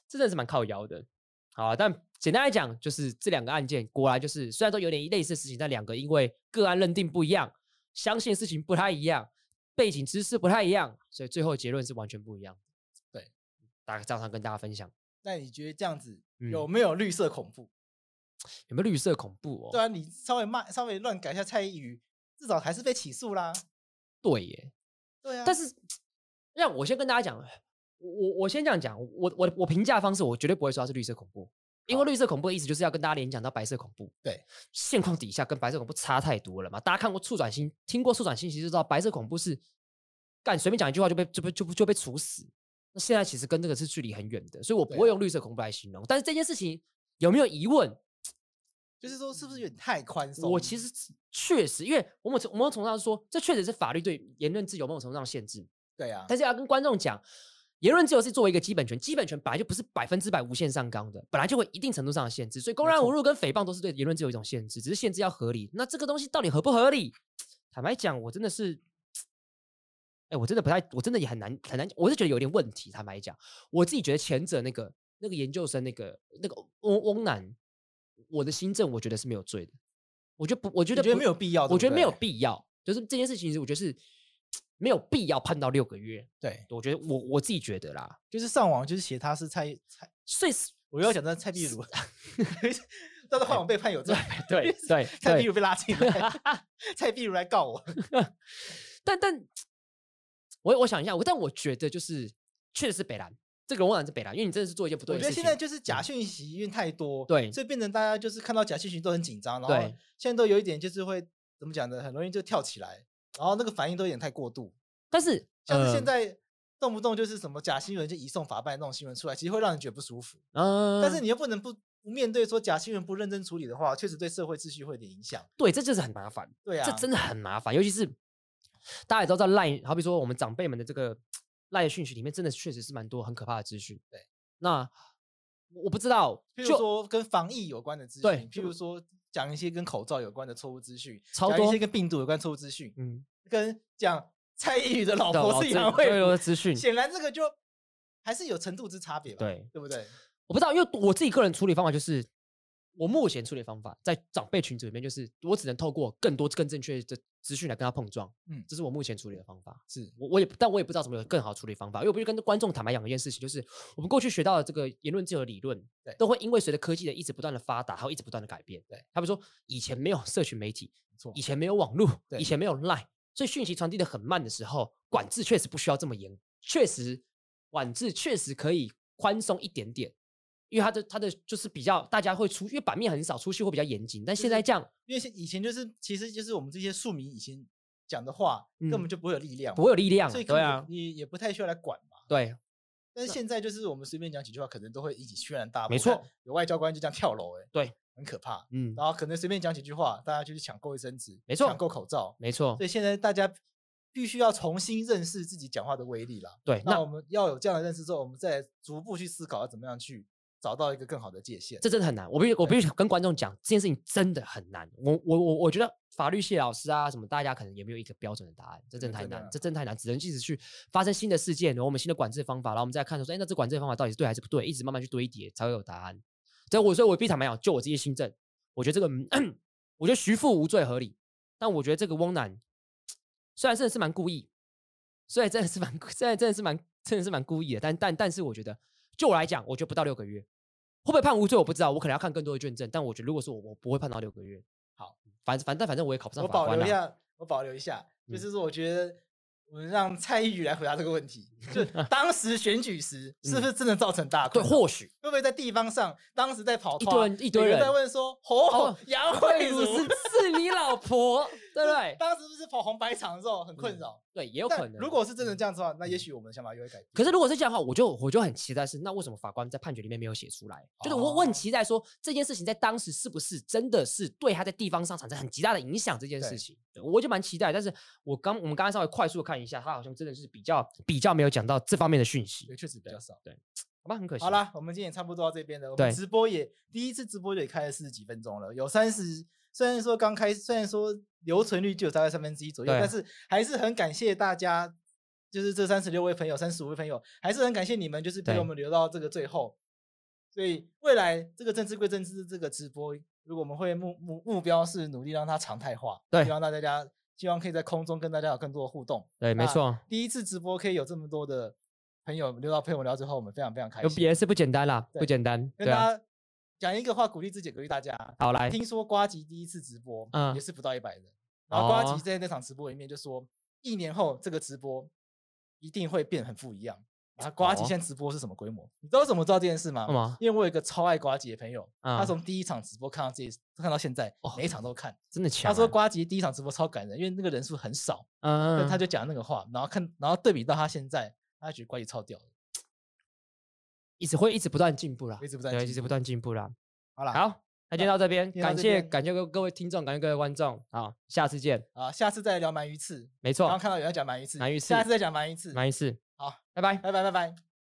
Speaker 3: 这真的是蛮靠腰的。好、啊，但简单来讲，就是这两个案件，果然就是虽然都有点类似的事情，但两个因为个案认定不一样，相信的事情不太一样，背景知识不太一样，所以最后结论是完全不一样。
Speaker 2: 对，
Speaker 3: 大概照常跟大家分享，
Speaker 2: 那你觉得这样子
Speaker 3: 嗯
Speaker 2: 有没有绿色恐怖？
Speaker 3: 有没有绿色恐怖哦？
Speaker 2: 对啊，你稍微骂稍微乱改一下蔡依瑜，至少还是被起诉啦。
Speaker 3: 对耶，
Speaker 2: 对啊，
Speaker 3: 但
Speaker 2: 是
Speaker 3: 是，让我先跟大家讲，我我我先这样讲，我我的我评价方式，我绝对不会说它是绿色恐怖，因为绿色恐怖的意思就是要跟大家联讲到白色恐怖。
Speaker 2: 对，
Speaker 3: 现况底下跟白色恐怖差太多了嘛。大家看过《促转星》，听过《促转星》，其实就知道白色恐怖是干随便讲一句话就被就被就被就被处死。那现在其实跟这个是距离很远的，所以我不
Speaker 2: 对
Speaker 3: 会
Speaker 2: 啊
Speaker 3: 用绿色恐怖来形容。但是这件事情有没有疑问？
Speaker 2: 就是说是不是有点太宽松？
Speaker 3: 我其实确实，因为我们从我们从上说，这确实是法律对言论自由某种程度上的限制。
Speaker 2: 对啊，
Speaker 3: 但是要跟观众讲，言论自由是作为一个基本权，基本权本来就不是百分之百无限上纲的，本来就会一定程度上的限制，所以公
Speaker 2: 没
Speaker 3: 然侮
Speaker 2: 错
Speaker 3: 辱跟诽谤都是对言论自由一种限制，只是限制要合理。那这个东西到底合不合理？坦白讲，我真的是。哎，我真的不太，我真的也很难很难，我是觉得有点问题。坦白讲，我自己觉得前者那个那个研究生那个那个翁翁楠，我的新政我觉得是没有罪的，我觉得不，我觉
Speaker 2: 你
Speaker 3: 得
Speaker 2: 觉得
Speaker 3: 不
Speaker 2: 没有必要对
Speaker 3: 我
Speaker 2: 不
Speaker 3: 觉得没有
Speaker 2: 对
Speaker 3: 必要，就是这件事情，其实我觉得是没有必要判到六个月，
Speaker 2: 对，
Speaker 3: 我觉得我我自己觉得啦，
Speaker 2: 就是上网就是写他是蔡蔡，
Speaker 3: 所以 是
Speaker 2: 我又要讲到蔡壁 如，但是换我被判有罪，
Speaker 3: 对对
Speaker 2: 蔡壁
Speaker 3: 对，
Speaker 2: 如被拉进来， 蔡壁如来告我，
Speaker 3: 但但我我想一下，我但我觉得就是确实是北兰这个人，我想是北兰，因为你真的是做一件不对
Speaker 2: 我
Speaker 3: 的
Speaker 2: 觉得
Speaker 3: 事
Speaker 2: 现
Speaker 3: 情。
Speaker 2: 在就是假讯息因为太多，
Speaker 3: 对
Speaker 2: 所以变成大家就是看到假讯息都很紧张，然后
Speaker 3: 对
Speaker 2: 现在都有一点就是会怎么讲呢？很容易就跳起来，然后那个反应都有点太过度，
Speaker 3: 但是
Speaker 2: 像是现
Speaker 3: 呃
Speaker 2: 在动不动就是什么假新闻就移送法办那种新闻出来，其实会让人觉得不舒服，
Speaker 3: 嗯，
Speaker 2: 但是你又不能不不面对说假新闻不认真处理的话，确实对社会秩序会有点影响。
Speaker 3: 对，这就是很麻烦。
Speaker 2: 对啊，
Speaker 3: 这真的很麻烦，尤其是大家也知道，在 LINE，好比说我们长辈们的这个 LINE 的讯息里面，真的确实是蛮多很可怕的资讯。
Speaker 2: 对，
Speaker 3: 那我我不知道，
Speaker 2: 譬
Speaker 3: 就
Speaker 2: 如说跟防疫有关的资
Speaker 3: 对
Speaker 2: 讯，譬如说讲一些跟口罩有关的错误资讯，
Speaker 3: 超
Speaker 2: 讲一
Speaker 3: 多
Speaker 2: 些跟病毒有关的错误资讯，
Speaker 3: 嗯，
Speaker 2: 跟讲蔡依宇的老
Speaker 3: 对
Speaker 2: 婆
Speaker 3: 老
Speaker 2: 是
Speaker 3: 资
Speaker 2: 杨惠
Speaker 3: 对
Speaker 2: 如
Speaker 3: 对资讯
Speaker 2: 显然这个就还是有程度之差别吧？
Speaker 3: 对
Speaker 2: 对不对？
Speaker 3: 我不知道，因为我自己个人处理方法就是，我目前处理方法在长辈群组里面，就是我只能透过更多更正确的资讯来跟他碰撞，嗯
Speaker 2: 嗯，
Speaker 3: 这是我目前处理的方法。
Speaker 2: 是
Speaker 3: 我我也但我也不知道怎么有更好处理方法，因为我必须跟观众坦白讲一件事情，就是我们过去学到的这个言论自由的理论
Speaker 2: 对，
Speaker 3: 都会因为随着科技的一直不断的发达，还有一直不断的改变。
Speaker 2: 对，
Speaker 3: 他们说以前没有社群媒体，
Speaker 2: 没错
Speaker 3: 以，前没有网络，
Speaker 2: 对
Speaker 3: 以前没有 Line，所以讯息传递的很慢的时候，管制确实不需要这么严，确实管制确实可以宽松一点点，因为它的它的就是比较大家会出，因为版面很少，出去会比较严谨，但现在这样
Speaker 2: 因为以前就是其实就是我们这些庶民以前讲的话根
Speaker 3: 嗯
Speaker 2: 本就不会有力量
Speaker 3: 不
Speaker 2: 嘛，
Speaker 3: 会有力量，
Speaker 2: 所以根
Speaker 3: 对
Speaker 2: 本
Speaker 3: 啊，
Speaker 2: 你也不太需要来管嘛。
Speaker 3: 对，
Speaker 2: 但是现在就是我们随便讲几句话，可能都会引起轩然大波。
Speaker 3: 没
Speaker 2: 我看
Speaker 3: 错，
Speaker 2: 有外交官就这样跳楼，哎，
Speaker 3: 对，
Speaker 2: 很可怕。
Speaker 3: 嗯，
Speaker 2: 然后可能随便讲几句话，大家就去抢购卫生纸，
Speaker 3: 没错
Speaker 2: 抢购口罩。
Speaker 3: 没错
Speaker 2: 所，以现在大家必须要重新认识自己讲话的威力啦。
Speaker 3: 对，
Speaker 2: 那
Speaker 3: 那
Speaker 2: 我们要有这样的认识之后，我们再逐步去思考要怎么样去找到一个更好的界限。
Speaker 3: 这真的很难。我必须我必须跟观众讲，这件事情真的很难。我我我我觉得法律系老师啊，什么大家可能也没有一个标准的答案，这真的太
Speaker 2: 真的
Speaker 3: 难
Speaker 2: 啊，
Speaker 3: 这真的太难，只能一直去发生新的事件，然后我们新的管制方法，然后我们再看说，哎，那这管制方法到底是对还是不对，一直慢慢去堆叠才会有答案。所以我所以我必须坦白讲，就我这些新政，我觉得这个，嗯我觉得徐富无罪合理，但我觉得这个翁楠虽然真的是蛮故意，虽然真的是蛮虽然真的是蛮真的是蛮故意的，但但但是我觉得就我来讲，我觉得不到六个月。会不会判无罪我不知道，我可能要看更多的卷证。但我觉得如果说我我不会判到六个月，好，反正反正反正我也考不上
Speaker 2: 我
Speaker 3: 法
Speaker 2: 保
Speaker 3: 官啊
Speaker 2: 留一
Speaker 3: 啦。
Speaker 2: 下，我保留一下，
Speaker 3: 嗯
Speaker 2: 就是说，我觉得我们让蔡依宇来回答这个问 题，就当时选举时是不是真的造成大
Speaker 3: 嗯对，
Speaker 2: 困扰？
Speaker 3: 或 许
Speaker 2: 会不会在地方上，当时在跑
Speaker 3: 一
Speaker 2: 团
Speaker 3: 堆人一堆
Speaker 2: 有在
Speaker 3: 人
Speaker 2: 问说，哦
Speaker 3: 哦，
Speaker 2: 杨
Speaker 3: 慧
Speaker 2: 慧
Speaker 3: 茹
Speaker 2: 茹
Speaker 3: 是是你老婆，对不对？
Speaker 2: 当时不是跑红白场的时候很困
Speaker 3: 嗯
Speaker 2: 扰，
Speaker 3: 对，也有可
Speaker 2: 但
Speaker 3: 能。
Speaker 2: 如果是真的这样子的话，那也
Speaker 3: 嗯
Speaker 2: 许我们的想法又会改变。
Speaker 3: 可是如果是这样的话，我就我就很期待是那为什么法官在判决里面没有写出来？就是我我很
Speaker 2: 哦
Speaker 3: 期待说这件事情在当时是不是真的是对他在地方上产生很极大的影响这件事
Speaker 2: 对
Speaker 3: 情，对我就蛮期待。但是我刚我们刚刚稍微快速地看一下，他好像真的是比较比较没有讲到这方面的讯息
Speaker 2: 对，，确实比较少。
Speaker 3: 对，好吧，很可惜。
Speaker 2: 好，啦，我们今天也差不多到这边了。我
Speaker 3: 对
Speaker 2: 们直播也第一次直播就也开了四十几分钟了，有三十。虽然说刚开，虽然说留存率就有大概三分之一左右，
Speaker 3: 对啊
Speaker 2: 但是还是很感谢大家，就是这三十六位朋友、三十五位朋友，还是很感谢你们，就是陪
Speaker 3: 对
Speaker 2: 我们留到这个最后。所以未来这个政治归政治，这个直播，如果我们会目目目标是努力让它常态化，
Speaker 3: 对
Speaker 2: 希望大家希望可以在空中跟大家有更多的互动。
Speaker 3: 对，没
Speaker 2: 那
Speaker 3: 错。
Speaker 2: 第一次直播可以有这么多的朋友留到陪我聊之后，我们非常非常开
Speaker 3: 有
Speaker 2: 心。
Speaker 3: 也是不简单啦，不
Speaker 2: 对
Speaker 3: 简单。
Speaker 2: 跟
Speaker 3: 对啊，
Speaker 2: 大家讲一个话，鼓励自己，鼓励大家。
Speaker 3: 好来，
Speaker 2: 听说瓜吉第一次直播，
Speaker 3: 嗯
Speaker 2: 也是不到一百人。然后瓜
Speaker 3: 哦
Speaker 2: 吉在那场直播里面就说，一年后这个直播一定会变很不一样。啊，瓜
Speaker 3: 哦
Speaker 2: 吉现在直播是什么规模？你知道为什么知道这件事吗？
Speaker 3: 干嘛？
Speaker 2: 因为我有一个超爱瓜吉的朋友，
Speaker 3: 啊
Speaker 2: 他从第一场直播看到自己看到现在
Speaker 3: 哦，
Speaker 2: 每一场都看。
Speaker 3: 真的强
Speaker 2: 他
Speaker 3: 啊。
Speaker 2: 说瓜吉第一场直播超感人，因为那个人数很少，
Speaker 3: 嗯，
Speaker 2: 但
Speaker 3: 嗯，
Speaker 2: 他就讲那个话，然后看，然后对比到他现在，他觉得瓜吉超屌的。
Speaker 3: 一直会一直不断进步啦，
Speaker 2: 一直不断
Speaker 3: 对
Speaker 2: 进
Speaker 3: 一直不
Speaker 2: 步
Speaker 3: 断进步啦。
Speaker 2: 好啦，
Speaker 3: 好，那今天到这边，
Speaker 2: 今天到
Speaker 3: 感
Speaker 2: 这
Speaker 3: 谢
Speaker 2: 边
Speaker 3: 感谢各各位听众，感谢各位观众啊，下次见。
Speaker 2: 啊，下次再聊鳗鱼刺。
Speaker 3: 没
Speaker 2: 刚刚
Speaker 3: 错，
Speaker 2: 看到有人要讲鳗鱼刺，
Speaker 3: 鳗鱼
Speaker 2: 下
Speaker 3: 刺
Speaker 2: 次再讲鳗鱼刺。
Speaker 3: 满意是
Speaker 2: 好，
Speaker 3: 拜拜。
Speaker 2: 拜拜拜拜。